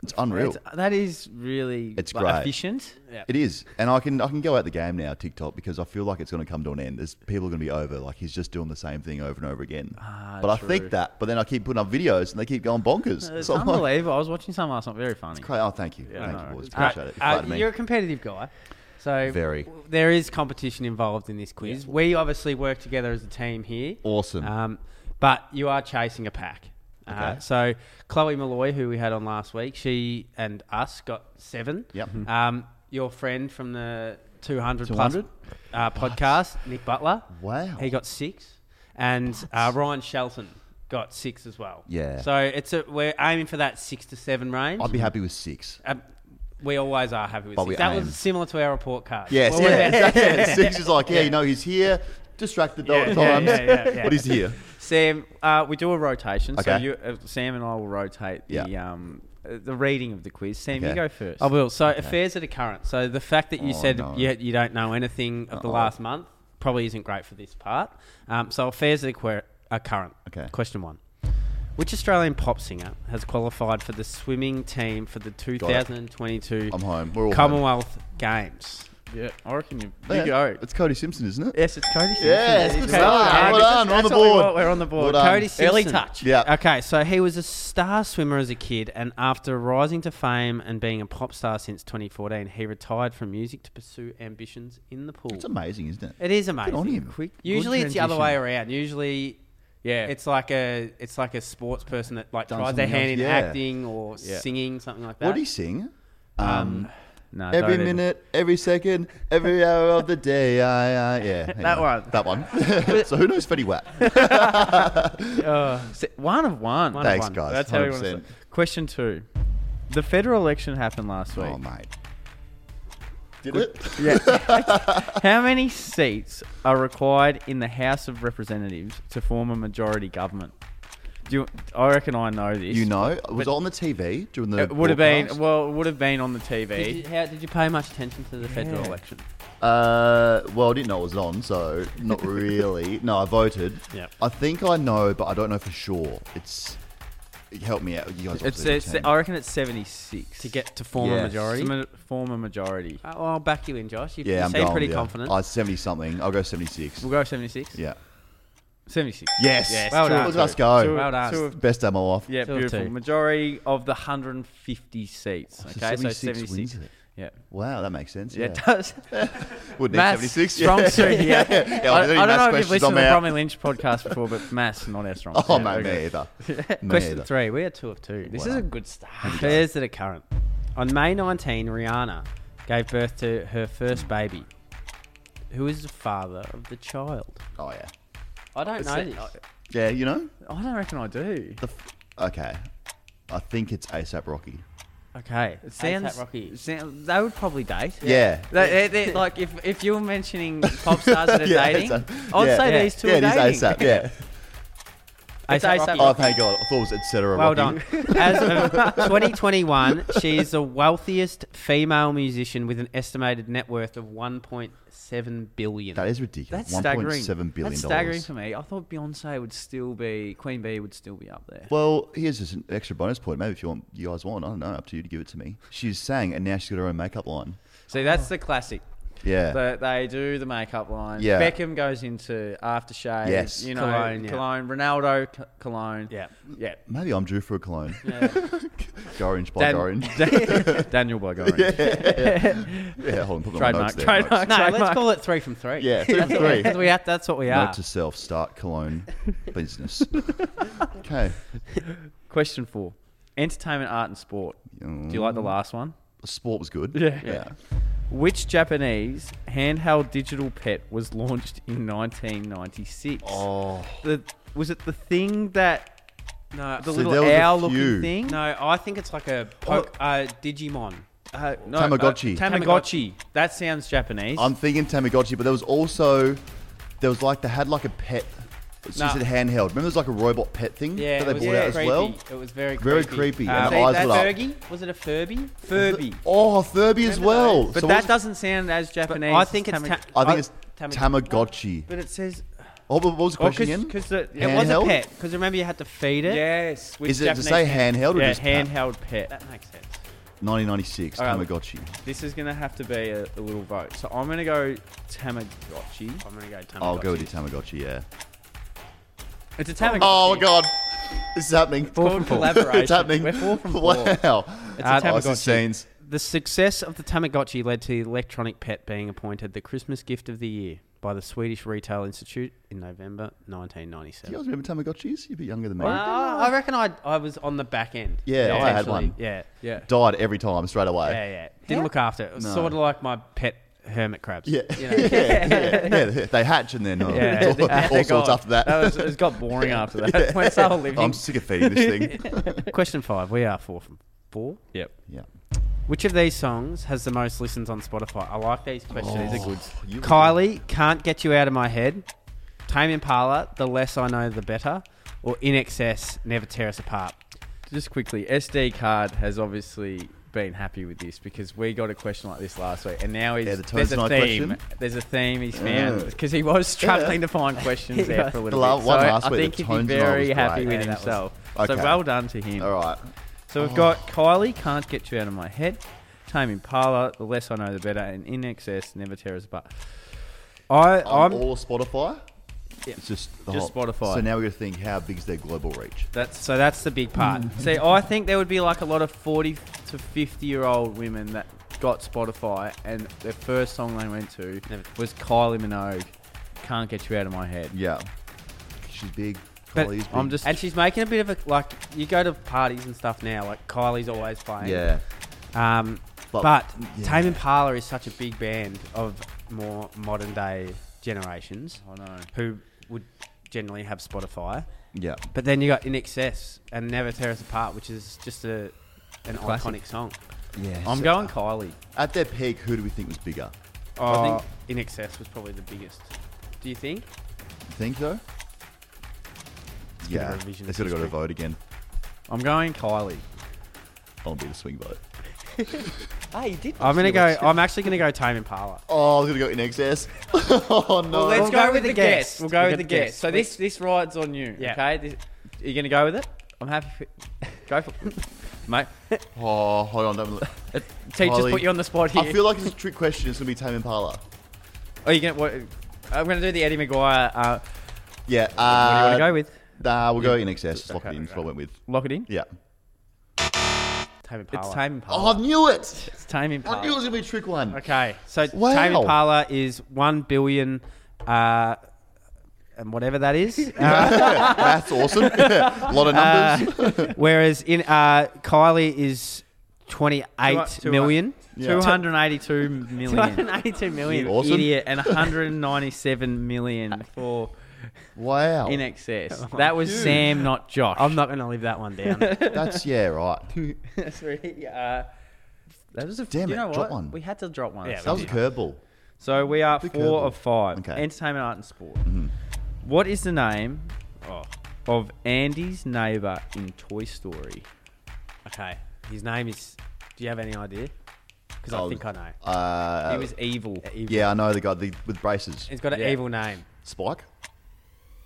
S4: It's unreal.
S1: It's, that is really
S4: It's
S1: like,
S4: great.
S1: efficient.
S4: It is, and I can I can go out the game now TikTok because I feel like it's going to come to an end. There's people are going to be over. Like he's just doing the same thing over and over again. but
S1: Ah, true.
S4: I think that, but then I keep putting up videos and they keep going bonkers.
S1: It's
S4: So I'm like,
S1: unbelievable. I was watching some last night. Very funny.
S4: cra- oh, thank you, thank
S1: no,
S4: you, boys.
S1: it's
S4: Appreciate it.
S2: Uh,
S4: Pardon me.
S2: you're a competitive guy, so
S4: Very.
S2: w- There is competition involved in this quiz. We obviously work together as a team here.
S4: Awesome.
S1: Uh,
S2: Um, but you are chasing a pack. Uh,
S4: Okay.
S2: so Chloe Malloy, who we had on last week, she and us got seven.
S4: Yep.
S1: hmm.
S4: Mhm.
S2: Um, your friend from the 200,
S4: 200?
S2: plus uh, podcast, Nick Butler.
S4: Wow.
S2: He got six, and uh, Ryan Shelton got six as well.
S4: Yeah.
S2: So it's a, we're aiming for that six to seven range.
S4: I'd be happy
S1: (laughs)
S4: with six.
S2: Um, we always are happy with
S4: But
S2: six.
S4: we
S2: That
S4: aim.
S2: was similar to our report card.
S4: Yes,
S2: Well,
S4: yeah,
S2: we're about
S4: (laughs)
S1: (laughs)
S4: exactly. Six is like, yeah, you know, he's here, distracted though at
S2: yeah,
S4: times,
S2: yeah, yeah, yeah.
S4: but he's here.
S1: Sam, uh, we do a rotation. So
S4: Okay.
S1: you, uh, Sam and I will rotate the
S4: Yeah.
S1: um, uh, the reading of the quiz. Sam, you
S4: Okay.
S1: go first.
S2: I will. So affairs at a current. So the fact that you
S4: Oh,
S2: said
S4: no.
S2: you, you don't know anything of the
S4: Uh-oh.
S2: last month probably isn't great for this part. Um, so affairs at a, quer- a current.
S4: Okay.
S2: Question one. Which Australian pop singer has qualified for the swimming team for the 2022
S4: I'm home. We're all
S2: Commonwealth Games?
S1: yeah, I reckon you, you
S4: home. Yeah,
S1: go.
S4: It's Cody Simpson, isn't it?
S1: Yes, it's Cody Simpson.
S4: Yes,
S1: It's
S4: good
S1: Cody.
S4: start.
S1: Yeah,
S4: Well
S1: this is-
S4: done, we're on the
S1: that's what we
S4: board.
S1: want, We're on the board.
S4: Well done.
S1: Cody Simpson.
S2: Early touch.
S4: Yeah.
S2: Okay, so he was a star swimmer as a kid, and after rising to fame and being a pop star since 2014, he retired from music to pursue ambitions in the pool.
S4: It's amazing, isn't it?
S2: It is amazing.
S4: on him. Quick,
S1: good
S2: Usually it's the other way
S1: transition.
S2: around. Usually
S1: Yeah.
S2: it's like a it's like a sports person that like
S4: Done
S2: tries their
S4: something
S2: hand
S4: else.
S2: in
S4: Yeah.
S2: acting or
S1: Yeah.
S2: singing something like that.
S4: What did he sing? Um,
S1: no,
S4: every
S1: don't even-
S4: minute, every second, every hour of the day. I, I
S1: (laughs)
S4: yeah, hang
S1: That
S4: on.
S1: one. (laughs)
S4: That one. (laughs) so who knows Fetty Wap?
S1: Uh, Se- One of one.
S2: One of
S4: Thanks, guys.
S1: That's how we want to
S4: 100%.
S1: say. Question two. The federal election happened last week.
S4: Oh, mate. Did it? (laughs)
S1: How many seats are required in the House of Representatives to form a majority government? Do you, I reckon I know this.
S4: You know, it was on the TV during the.
S1: it would have been
S4: broadcast.
S1: well, it would have been on the
S2: did you,
S1: TV.
S2: how, did you pay much attention to the federal election?
S4: Uh, well, I didn't know it was on, so
S1: (laughs)
S4: not really. no, I voted.
S2: Yep.
S4: I think I know, but I don't know for sure. It's. Help me out. You guys.
S1: It's,
S4: obviously
S1: it's
S4: can.
S1: I reckon it's seventy six
S2: To get to form a
S4: Yes.
S2: majority?
S1: To form a majority.
S2: Oh, well, I'll back you in, Josh. You,
S4: yeah,
S2: you
S4: I'm
S2: seem
S4: going,
S2: pretty
S4: yeah.
S2: confident.
S4: I seventy something. I'll go seventy six.
S1: We'll go seventy six.
S4: Yeah.
S1: seventy six.
S4: Yes.
S2: Well
S1: two
S2: done.
S1: of two.
S4: Let's go.
S1: Two-
S2: Well done.
S1: two of-
S4: Best day of my life.
S1: yeah,
S2: Two of
S1: beautiful.
S2: two.
S1: Majority of the hundred and fifty seats.
S4: So
S1: Okay, so
S4: 76
S1: seventy
S4: wins
S1: six.
S4: it.
S1: Yeah.
S4: Wow, that makes sense.
S1: Yeah,
S4: Yeah,
S1: it (laughs) does.
S4: would need
S1: Maths,
S4: 76.
S1: strong
S4: yeah.
S1: suit, yeah.
S4: (laughs) yeah.
S1: I,
S4: I'll do
S1: I don't
S4: maths
S1: know if
S4: questions,
S1: you've listened
S4: I'm
S1: to the
S4: out.
S1: Bromley Lynch podcast before, but maths not our strong.
S4: Oh,
S1: suit.
S4: mate,
S1: Okay.
S4: me either. Me
S1: Question
S4: either.
S1: three. We are two of two.
S2: This
S1: This
S2: is
S1: is
S2: a good start. Affairs that are current. On May 19, Rihanna gave birth to her first baby. Who is the father of the child?
S4: Oh, yeah.
S2: I don't know this.
S4: Yeah, you know?
S1: I don't reckon I do.
S4: The f- okay. I think it's ASAP Rocky.
S2: Okay. It
S1: sounds-
S2: Rocky.
S6: Sound, they would probably date.
S4: Yeah.
S6: They- they- they- like if, if you were
S2: (laughs)
S6: mentioning pop stars that are
S4: (laughs) Yeah,
S6: dating,
S4: ASAP.
S6: I'd
S4: Yeah.
S6: say
S4: Yeah.
S6: these two
S4: Yeah,
S6: are
S4: it is
S6: dating.
S4: ASAP. Yeah.
S6: It's
S2: ASAP
S6: ASAP
S2: Rocky.
S6: Rocky.
S4: Oh, thank God. I thought it was etc.
S2: Well
S4: Rocky.
S2: done. As of 2021, she is the wealthiest female musician with an estimated net worth of 1.7 billion.
S4: That is ridiculous.
S6: That's staggering.
S4: $1.7 billion.
S6: That's staggering for me. I thought Beyonce would still be Queen Bee would still be up there.
S4: Well, here's just an extra bonus point. Maybe if you want, you guys want. I don't know. Up to you to give it to me. She's sang, and now she's got her own makeup line.
S6: See, that's the classic.
S4: Yeah.
S6: That they do the makeup line.
S4: Yeah.
S6: Beckham goes into aftershave.
S4: Yes.
S6: You know,
S2: Cologne,
S6: cologne.
S2: yeah.
S6: Ronaldo, c- cologne.
S2: Yeah.
S6: Yeah.
S4: Maybe I'm due for a cologne.
S6: Yeah.
S4: (laughs) Go orange by
S6: Dan-
S4: go orange.
S6: (laughs)
S4: (laughs)
S1: Daniel by going.
S4: Yeah, hold on. Put my
S1: Trademark,
S4: notes there.
S1: trademark.
S2: (laughs)
S4: Notes.
S2: No, let's
S1: Trademark.
S2: call it three from three.
S1: (laughs)
S4: Yeah, three from three.
S2: That's, we have, that's what we are.
S4: Note to self: start cologne business. okay.
S1: Question four. Entertainment, art, and sport. Do you
S4: Mm.
S1: like the last one?
S4: Sport was good.
S1: Yeah.
S4: Yeah.
S1: Which Japanese handheld digital pet was launched in 1996?
S4: Oh.
S1: The, was it the thing that
S2: No,
S1: the
S4: See, there
S1: little
S4: was a
S1: owl-looking
S4: few.
S1: thing?
S2: no, I think it's like a poke, uh, Digimon.
S1: uh, no
S4: Tamagotchi.
S1: uh, Tamagotchi. That sounds Japanese.
S4: I'm thinking Tamagotchi, but there was also there was like they had like a pet. She
S2: Nah.
S4: said handheld. Remember, there was like a robot pet thing
S2: Yeah,
S4: that they
S2: it was
S4: bought
S2: very
S4: out as
S2: creepy.
S4: well.
S2: It was very creepy.
S4: Very creepy,
S2: Um,
S4: and
S2: see,
S4: eyes
S2: that
S4: lit up.
S2: Furby? Was it a Furby? Furby.
S4: Oh, Furby as well.
S1: but
S4: So
S1: that
S4: what's-
S1: doesn't sound as Japanese.
S2: I
S1: as
S2: think it's
S1: Tamag-
S2: ta-
S4: I think
S2: I-
S4: it's
S1: Oh,
S2: Tamag-
S4: Tamagotchi.
S1: but it says
S4: Oh, but what was the
S1: oh,
S4: question again?
S1: because it
S2: It was a
S4: Handheld?
S2: pet because remember you had to feed it.
S1: yes. Which
S4: Is it to
S1: Japanese
S4: say
S1: hand-
S4: handheld or
S1: yeah,
S4: just pet?
S1: handheld pet?
S2: that makes sense.
S4: 1996
S1: All right.
S4: Tamagotchi?
S1: This is gonna have to be a, a little vote. So I'm gonna go Tamagotchi.
S2: I'm gonna go Tamagotchi.
S4: I'll go with your Tamagotchi. Yeah.
S1: It's a Tamagotchi.
S4: Oh God, this is happening.
S1: called collaboration.
S4: it's happening.
S1: We're four from four.
S4: Wow.
S1: It's a
S2: Uh,
S4: Oh, this
S1: Tamagotchi.
S4: is scenes.
S2: The success of the Tamagotchi led to the electronic pet being appointed the Christmas gift of the year by the Swedish Retail Institute in November
S4: Do you
S2: 1997.
S4: guys remember Tamagotchis? You're a bit younger than me.
S2: Uh, I reckon I I was on the back end.
S4: Yeah, I had
S2: Potentially.
S4: one.
S2: Yeah,
S1: yeah.
S4: Died every time straight away.
S2: yeah, yeah. Didn't look after it. It was
S4: No.
S2: sort of like my pet hermit crabs.
S4: Yeah. (laughs) yeah, yeah, yeah. They hatch and then uh,
S1: Yeah,
S4: (laughs) all,
S1: they're
S4: all sorts
S1: gone.
S4: after that. (laughs) Um,
S1: was, it's got boring after that. When it's all living.
S4: I'm sick of feeding
S1: (laughs)
S4: this thing.
S2: Question five. We are four from four.
S1: yep.
S4: yeah.
S2: Which of these songs has the most listens on Spotify? I like these questions. These
S4: Oh.
S2: are good.
S4: you-
S2: Kylie, Can't Get You Out of My Head. Tame Impala, The Less I Know, The Better. Or In Excess, Never Tear Us Apart.
S1: Just quickly, SD card has obviously been happy with this because we got a question like this last week, and now he's
S4: Yeah, the
S1: there's a
S4: Tones Night
S1: theme.
S4: question.
S1: There's a theme he's found because he was struggling to find questions there for a little
S4: The la-
S1: bit.
S4: one
S1: so
S4: last
S1: I
S4: week,
S1: think
S4: the
S1: he'd be
S4: Tones Night
S1: very
S4: was
S1: happy
S4: great.
S1: with
S2: Yeah, that was-
S1: himself.
S4: Okay. Oh.
S1: So well done to him.
S4: All right.
S1: So we've got Kylie, Can't Get You Out of My Head, Tame Impala, The Less I Know The Better, and In Excess, Never Tear Us Apart. I,
S4: I'm
S1: I'm,
S4: all Spotify. It's just the
S1: Just
S4: whole-
S1: Spotify.
S4: So now we're going to think how big's their global reach?
S1: that's,
S2: So that's the big part.
S1: see, I think there would be like a lot of 40 to 50 year old women that got Spotify and their first song they went to
S2: Never-
S1: was Kylie Minogue, Can't Get You Out of My Head.
S4: Yeah. She's big.
S2: But
S4: Kylie's big.
S1: I'm just,
S2: And she's making a bit of a, like, you go to parties and stuff now, like Kylie's always playing.
S4: Yeah.
S2: Um, but
S4: But- yeah.
S2: Tame Impala is such a big band of more modern day generations
S1: I know.
S2: who would generally have Spotify.
S4: Yeah.
S2: But then you got In Excess and Never Tear Us Apart, which is just a an
S1: Classic.
S2: iconic song.
S4: Yeah.
S1: I'm
S4: So
S1: going Kylie.
S4: At their peak, who do we think was bigger?
S2: I think Oh, In Excess was probably the biggest. Do you think?
S4: You think so?
S2: bit of
S4: Yeah.
S2: revisionist
S4: It's going to go to
S2: history.
S4: vote again.
S1: I'm going Kylie.
S4: I'll be the swing vote.
S1: Hey, you did.
S2: I'm gonna go. I'm actually gonna go Tame Impala.
S4: Oh, I was going to go in excess. (laughs) oh, no.
S1: Let's
S2: We'll
S1: go, with, the guess. We'll go with the guess. So
S2: Let's-
S1: this this rides on you.
S2: Yeah.
S1: Okay. This, are you gonna go with it? I'm happy. (laughs) For, go for it, mate.
S4: oh, hold on. Don't look.
S1: Uh, Teachers
S4: Kylie.
S1: put you on the spot here.
S4: I feel like it's a trick question. It's going to be Tame Impala.
S2: Oh,
S1: are you gonna? What, I'm gonna do the Eddie Maguire. Uh,
S4: Yeah.
S1: what do you
S4: Uh,
S1: want to go with?
S4: Nah, we'll go in excess. Just lock
S1: Okay.
S4: it in. That's what I went with.
S1: Lock it in.
S4: Yeah.
S2: Tame Impala.
S1: It's Tame Impala.
S4: Oh, I knew it.
S2: It's Tame
S4: I knew it
S2: Impala.
S4: was gonna be a trick one. (laughs)
S2: Okay, so
S4: Wow.
S2: Tame Impala is one billion, uh, and whatever that is. (laughs)
S4: That's awesome. (laughs) a lot of numbers.
S2: Whereas in uh, Kylie is twenty eight
S1: Two- two-
S2: million.
S4: Yeah.
S1: 282 million.
S2: 282 million.
S4: You awesome.
S1: Idiot. And 197 million for
S4: (laughs) wow.
S1: in excess.
S4: (laughs)
S1: That was Sam, not Josh. (laughs)
S2: I'm not going to leave that one down.
S4: That's yeah, right.
S1: That's really, uh, that was a
S4: Damn
S1: you
S4: it,
S1: know
S4: drop
S1: what?
S4: one.
S1: We had to drop one.
S2: Yeah,
S4: That was a curveball.
S1: So we are
S4: Big
S1: four
S4: curveball.
S1: of five.
S4: Okay. Mm-hmm.
S1: Entertainment, art, and sport. What is the name
S2: Oh.
S1: of Andy's neighbor in Toy Story?
S2: okay, his name is. Do you have any idea? Because
S4: Oh,
S2: I think I know.
S4: Uh,
S1: he was evil.
S2: Evil.
S4: yeah, I know the guy the, with braces.
S2: He's got an
S1: Yeah.
S2: evil name.
S4: Spike.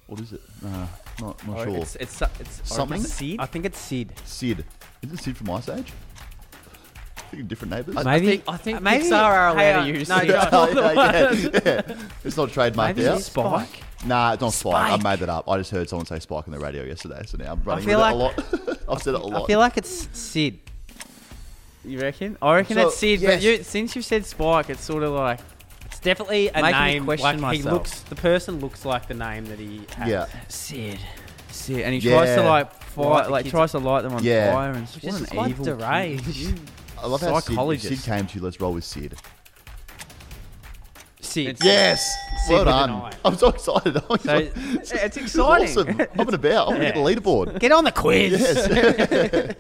S4: What is it? Uh, not not
S1: Or
S4: sure.
S1: Oh, It's, it's, it's, or
S4: Something?
S1: It's Sid?
S2: I think it's Sid.
S4: Sid. Isn't it Sid from Ice Age? I think different neighbours.
S2: Maybe
S7: I think, I think
S2: maybe-
S7: Pixar are
S2: hey,
S7: allowed
S2: uh,
S7: to use
S2: no,
S7: it.
S4: (laughs)
S2: Josh.
S4: Oh, yeah, yeah, yeah. (laughs) It's not trademarked
S2: Maybe
S4: out.
S2: it's Spike.
S4: Nah, it's not Spike.
S2: Spike.
S4: I made that up. I just heard someone say Spike on the radio yesterday, so now I'm running with
S2: feel
S4: it a lot. (laughs) I've said it a lot.
S2: I feel like it's Sid.
S1: You reckon? I reckon
S4: So,
S1: it's Sid,
S4: yes.
S1: but you, since you've said Spike, it's sort of like
S2: It's definitely (laughs) a
S1: Making me
S2: name.
S1: question
S2: like he
S1: myself.
S2: looks, the person looks like the name that he has.
S4: yeah.
S1: Sid, Sid, and he tries to
S4: Yeah.
S1: like
S2: Light
S1: fire,
S2: the
S1: like
S2: kids
S1: tries to light them on
S4: Yeah.
S1: fire, and what
S2: Just
S1: an
S2: like
S1: evil (laughs)
S2: deranged.
S1: kid.
S4: I love how Sid, if Sid
S1: Psychologist.
S4: came to you. Let's roll with Sid.
S2: Sid.
S4: Yes.
S2: Sid
S4: well
S2: with an
S4: done.
S2: eye.
S4: I'm so excited. (laughs) I was like,
S1: it's, it's
S4: this is
S1: exciting.
S4: Awesome. I'm an about. I'm gonna get
S1: (laughs)
S4: the leaderboard. (laughs)
S2: Get on the quiz.
S4: yes.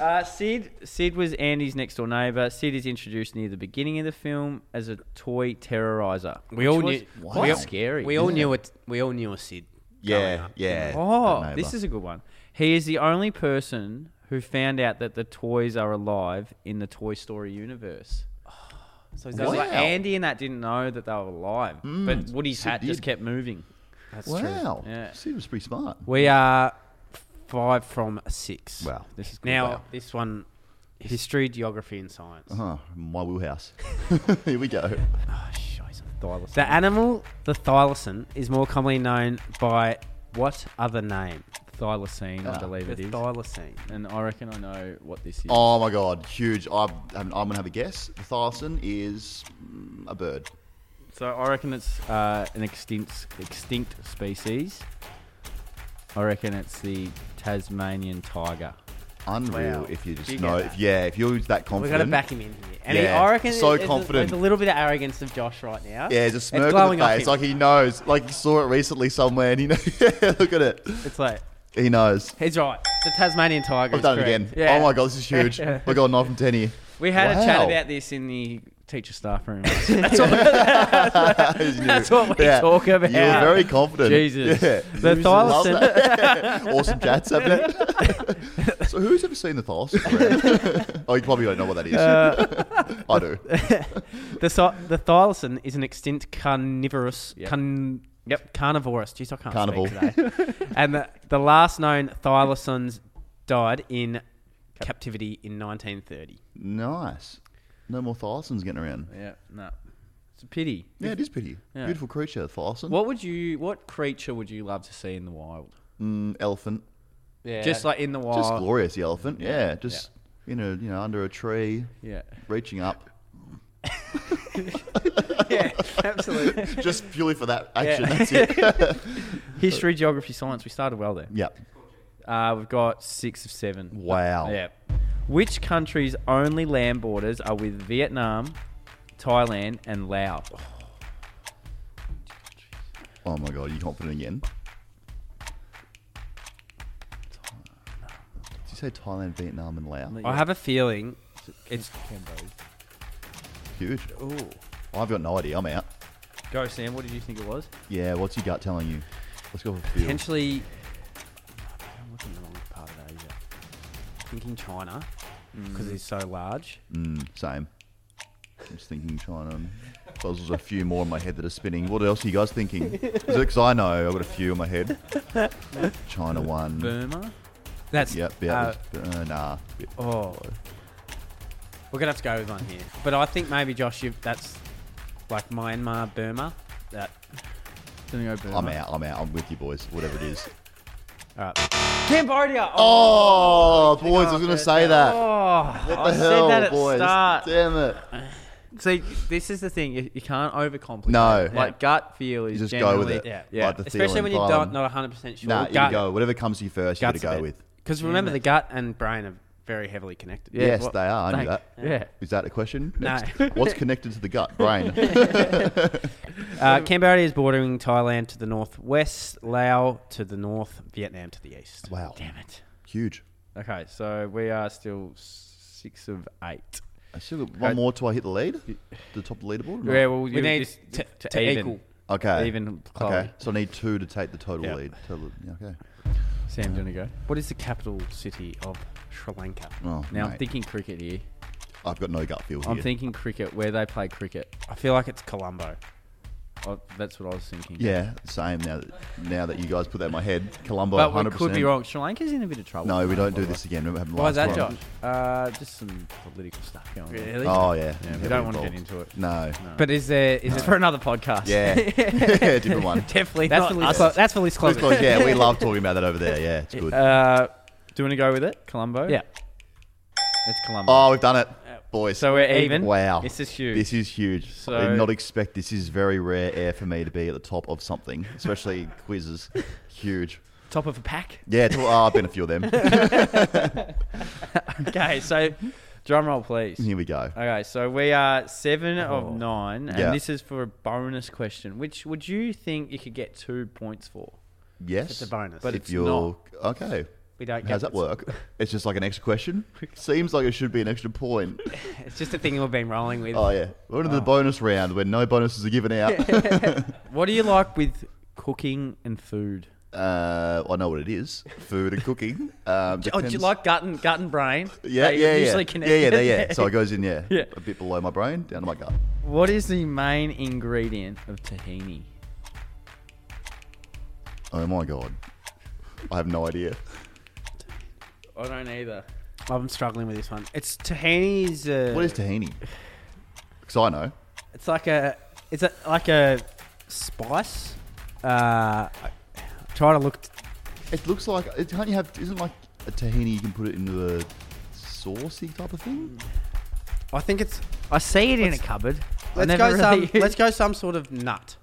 S1: Uh, Sid, Sid was Andy's next door neighbor. Sid is introduced near the beginning of the film as a toy terrorizer.
S2: We all
S1: which
S2: knew.
S1: was
S4: Wow.
S1: quite
S2: We all,
S1: scary.
S2: We all
S4: Yeah.
S2: knew it. We all knew a Sid.
S4: yeah. Yeah.
S1: Oh,
S4: That
S1: this
S4: neighbour.
S1: is a good one. He is the only person who found out that the toys are alive in the Toy Story universe.
S2: So
S1: So
S4: Wow.
S1: like Andy and that didn't know that they were alive, but Woody's
S4: Sid
S1: hat just
S4: Mm. did.
S1: kept moving.
S2: That's true.
S4: Wow.
S1: Yeah.
S4: Sid was pretty smart.
S2: We are five from six.
S4: Wow.
S1: This is good.
S2: Now
S4: Wow.
S2: this one, history, geography, and science.
S4: Huh, my wheelhouse. (laughs) Here we go.
S2: Oh, shite. The animal, the thylacine, is more commonly known by what other name?
S1: thylacine,
S4: Ah,
S1: I believe
S2: The
S1: it is.
S2: thylacine.
S1: and I reckon I know what this is.
S4: Oh my god, huge! I'm, I'm, I'm gonna have a guess. The thylacine is mm, a bird.
S1: So I reckon it's uh, an extinct extinct species. I reckon it's the Tasmanian tiger.
S4: Unreal.
S2: Wow.
S4: If you just
S2: You get
S4: know,
S2: that.
S4: if, yeah, if you're that
S2: We've
S4: confident,
S2: got to back him in here. And he-
S4: Yeah,
S2: I reckon
S4: so
S2: there's a-
S4: confident.
S2: there's a little bit of arrogance of Josh right now.
S4: Yeah, there's a
S2: It's
S4: smirk on
S2: glowing
S4: the
S2: off
S4: face,
S2: him.
S4: like he knows, like he saw it recently somewhere, and he knows. (laughs) look at it.
S2: It's like,
S4: He knows.
S2: he's right. The Tasmanian tiger.
S4: I've
S2: is
S4: done it again.
S2: correct. Yeah.
S4: Oh my god, this
S1: (laughs)
S4: is huge. we got nine from ten here.
S1: We had a chat
S4: Wow. (laughs)
S1: about this in the teacher staff room. (laughs)
S4: That's
S1: what we talk about.
S4: You're very confident.
S1: Jesus.
S4: Yeah.
S1: The
S4: Who's love
S1: thylacine.
S4: that? (laughs) awesome chats happening.
S1: (laughs)
S4: so who's ever seen the thylacine? around? oh, you probably don't know what that is.
S1: Uh,
S4: (laughs)
S1: (laughs)
S4: I do.
S2: The, so- the thylacine is an extinct carnivorous.
S1: Yep.
S2: Can- Yep, carnivorous. Jeez, I can't
S4: Carnival.
S2: speak today. (laughs) and the, the last known thylacines died in captivity in 1930.
S4: Nice. No more thylacines getting around.
S1: yeah, no. It's a pity.
S4: Yeah, it is pretty.
S1: Yeah.
S4: Beautiful creature, thylacine.
S1: What would you what creature would you love to see in the wild?
S4: Mm, elephant.
S2: Yeah.
S1: Just like in the wild.
S4: Just glorious, the elephant. Yeah, just you know, you know, under a tree,
S1: yeah.
S4: reaching up.
S1: (laughs) yeah, absolutely.
S4: (laughs) just purely for that action. That's it.
S1: (laughs) History, geography, science. We started well there.
S4: yeah.
S1: Uh, we've got six of seven.
S4: Wow.
S1: Yeah. Which country's only land borders are with Vietnam, Thailand, and Laos?
S4: Oh my god, are you confident again? Did you say Thailand, Vietnam, and Laos?
S2: I have a feeling it's
S4: Huge. I've got no idea. I'm out.
S1: Go, Sam. What did you think it was?
S4: Yeah, what's your gut telling you? Let's go for field.
S2: potentially. I'm looking in the wrong part of Asia. Thinking China because it's so large.
S4: Mm, same. I'm just thinking China. Well, there's a few more in my head that are spinning. What else are you guys thinking? Because I know I've got a few in my head. China one.
S1: Burma.
S2: That's
S4: Yep.
S2: uh,
S4: Yeah. uh, nah.
S2: Oh, we're gonna have to go with one here. But I think maybe Josh, you that's like Myanmar, Burma. That
S1: Didn't go Burma.
S4: Oh, I'm out. I'm out. I'm with you boys. Whatever it is.
S2: All right.
S8: Cambodia. Oh,
S4: Oh, boys, I was going to say that.
S2: Oh,
S4: what the
S8: I said
S4: hell,
S8: that at
S4: boys?
S8: start.
S4: Damn it.
S8: see, this is the thing. You, you can't overcomplicate.
S4: No.
S8: like gut feel is
S4: You just go
S8: generally,
S4: with it.
S2: yeah.
S8: Yeah.
S4: Like the
S2: Especially
S4: Thielen,
S2: when you're not,
S4: Thielen.
S2: not 100% sure.
S4: Nah, you go. Whatever comes to you first, you got to go with.
S2: Because remember, the gut and brain are very heavily connected.
S4: yes, they are. I knew that.
S1: Yeah.
S4: Is that a question?
S2: No.
S4: Next. What's connected to
S8: (laughs)
S4: the gut? Brain.
S2: Uh, Cambodia is bordering Thailand to the northwest, Laos to the north, Vietnam to the east.
S4: wow.
S1: Damn it.
S4: Huge.
S1: Okay, so we are still six of eight.
S4: I still got one more till I hit the lead? The top of the leaderboard? or not?
S1: Yeah, well,
S2: We need
S1: just-
S2: to, to, to
S1: even.
S2: equal.
S4: Okay.
S1: Even Chloe.
S4: Okay. So I need two to take the total
S1: Yeah.
S4: lead. Total, yeah, okay.
S1: Sam, do you want to go?
S2: What is the capital city of Sri Lanka?
S4: Oh,
S1: Now I'm
S4: mate,
S1: thinking cricket here.
S4: I've got no gut feel here.
S1: I'm thinking cricket where they play cricket.
S2: I feel like it's Colombo.
S1: Oh, that's what I was thinking.
S4: yeah, same now that, now that you guys put that in my head. Colombo,
S1: but
S4: 100%.
S1: we could be wrong. Sri Lanka's in a bit of trouble.
S4: No, we don't do this again. Remember what happened
S8: Why is that,
S4: last time?
S8: Josh?
S1: Uh, just some political stuff going on.
S2: Really?
S4: Oh, yeah.
S1: Yeah, we
S4: Heavily
S1: don't want to get
S4: involved.
S1: into it.
S4: No.
S2: But is there is
S1: It's
S2: it
S1: for another podcast. (laughs)
S4: Yeah. (laughs) yeah, different one.
S2: definitely that's
S1: not
S2: for
S1: us.
S2: Liz, Clo- that's for Liz
S4: Close,
S2: Clover.
S4: close, yeah, we love talking about that over there. Yeah, it's good.
S1: Uh, do you want to go with it, Colombo? (laughs)
S2: Yeah.
S1: it's Colombo.
S4: Oh, we've done it, boys.
S1: so we're even.
S4: Wow.
S1: This is huge.
S4: This is huge. I
S1: So-
S4: did not expect this is very rare air for me to be at the top of something, especially quizzes. Huge.
S2: top of a pack.
S4: Yeah, it's- oh, I've been a few of them.
S1: (laughs) okay, so drum roll, please.
S4: Here we go.
S1: Okay, so we are seven
S2: Oh.
S1: of nine, and
S4: Yeah.
S1: this is for a bonus question. Which would you think you could get two points for?
S4: Yes.
S2: It's a bonus.
S1: But
S4: if
S1: it's
S4: you're okay.
S2: we don't.
S4: How's
S2: get
S4: that work? It's just like an extra question. Seems like it should be an extra point.
S2: It's just a thing we've been rolling with.
S4: Oh yeah, we're into the bonus round where no bonuses are given out.
S1: What do you like with cooking and food?
S4: uh, I know what it is: food and cooking. Um,
S2: Oh, do you
S4: depends-
S2: like gut and gut and brain?
S4: (laughs) Yeah,
S2: They usually
S4: yeah, yeah. yeah, yeah,
S2: connected.
S4: they-
S2: (laughs)
S4: yeah.
S1: (laughs)
S4: So it goes in, yeah,
S1: Yeah.
S4: a bit below my brain, down to my gut.
S1: What is the main ingredient of tahini?
S4: Oh my god, I have no idea.
S1: I don't either.
S2: I'm struggling with this one. It's tahini's. Uh,
S4: What is tahini? Because I know.
S2: It's like a. It's a, like a spice. Uh, I- try to look. t-
S4: It looks like it. Can't you have? Isn't like a tahini? You can put it into a saucy type of thing.
S2: I think it's.
S1: I see it in a
S2: Let's-
S1: cupboard. I
S2: Let's
S1: never
S2: go
S1: really
S2: some. Let's go some sort of nut.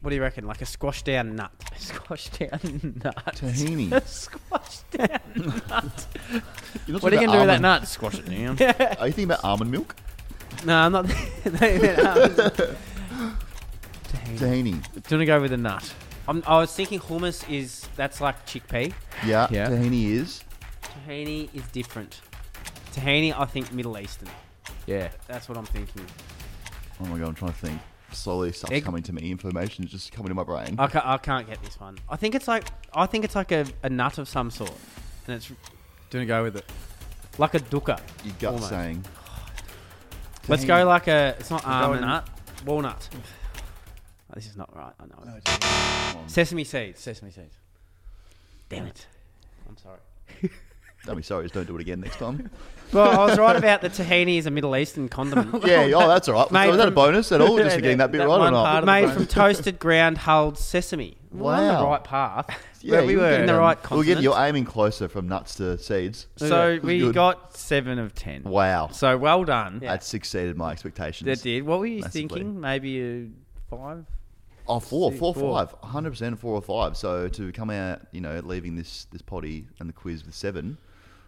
S2: What do you reckon? Like a squash down (laughs) nut.
S1: squash down
S2: (laughs)
S1: nut. (laughs)
S4: Tahini.
S1: squash down.
S4: You're
S1: What
S4: not
S1: are you
S4: talking
S1: gonna do with that
S4: about
S1: nut? Squash it down.
S4: almond- Are you thinking about almond milk?
S2: (laughs) No, I'm not. (laughs) they meant almonds.
S4: Tahini.
S1: Do you want to go with a nut?
S2: I'm, I was thinking hummus is that's like chickpea.
S4: Yeah.
S1: Yeah.
S4: Tahini is.
S2: Tahini is different. Tahini, I think Middle Eastern.
S1: Yeah.
S2: That's what I'm thinking.
S4: Oh my god, I'm trying to think. Slowly stuff's
S2: Egg-
S4: coming to me. Information is just coming to my brain.
S2: I can't, I can't get this one. I think it's like I think it's like a, a nut of some sort, and it's
S1: Do you want to go with it?
S2: like a dukkha.
S4: Your gut
S1: Oh
S2: almost.
S4: saying.
S2: Let's go like a. It's not almond.
S1: nut?
S2: Walnut. (sighs) Oh, this is not right. I know.
S4: No, tahini. Come on.
S2: Sesame seeds.
S1: Sesame seeds.
S2: Damn it. I'm sorry.
S4: Don't be sorry, just don't do it again next time.
S2: Well, I was right about (laughs) the tahini is a Middle Eastern condiment.
S4: yeah, oh, that's all right.
S2: Made
S4: Was that a
S2: from-
S4: bonus at all? Just for getting that bit
S1: that
S4: right or
S1: one
S4: not?
S1: part of-
S2: Made from toasted ground hulled sesame.
S4: (laughs)
S2: We're on the
S4: Wow.
S2: right path.
S4: Yeah,
S2: we
S4: you
S2: were in
S4: getting,
S2: the
S4: um,
S2: right
S4: We're
S2: continent.
S4: getting, you're aiming closer from nuts to seeds.
S1: So
S4: That's
S1: we
S4: good.
S1: got seven of ten.
S4: Wow.
S1: So well done.
S2: Yeah.
S4: That exceeded my expectations.
S1: That did. What were you
S4: Massively. (laughs)
S1: thinking? Maybe a five?
S4: Oh, four, four,
S1: Four.
S4: five, hundred percent four or five. So to come out, you know, leaving this this potty and the quiz with seven,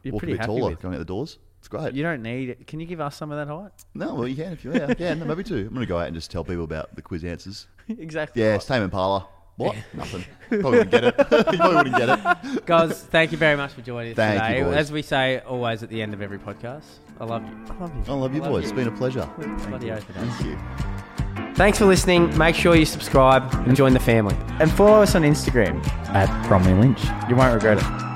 S1: You're
S4: walk a
S1: pretty
S4: bit
S1: happy
S4: taller,
S1: with-
S4: going out the doors. It's great.
S1: You don't need it. Can you give us some of that height? (laughs)
S4: No, well, you can if you yeah, yeah, no, maybe two. I'm gonna go out and just tell people about the quiz answers.
S1: exactly.
S4: Yeah,
S1: right.
S4: it's Tame Impala. What? Nothing. Probably wouldn't get it. (laughs) you probably wouldn't get it.
S2: Guys, thank you very much for joining us
S4: Thank
S2: today.
S4: you, boys.
S2: As we say always at the end of every podcast, I love you. I love you.
S4: I love you, boys. It's been a pleasure.
S2: Bloody oath it is.
S4: Thank you.
S2: Thanks for listening. Make sure you subscribe and join the family.
S1: And follow us on Instagram at Bromley Lynch. You won't regret it.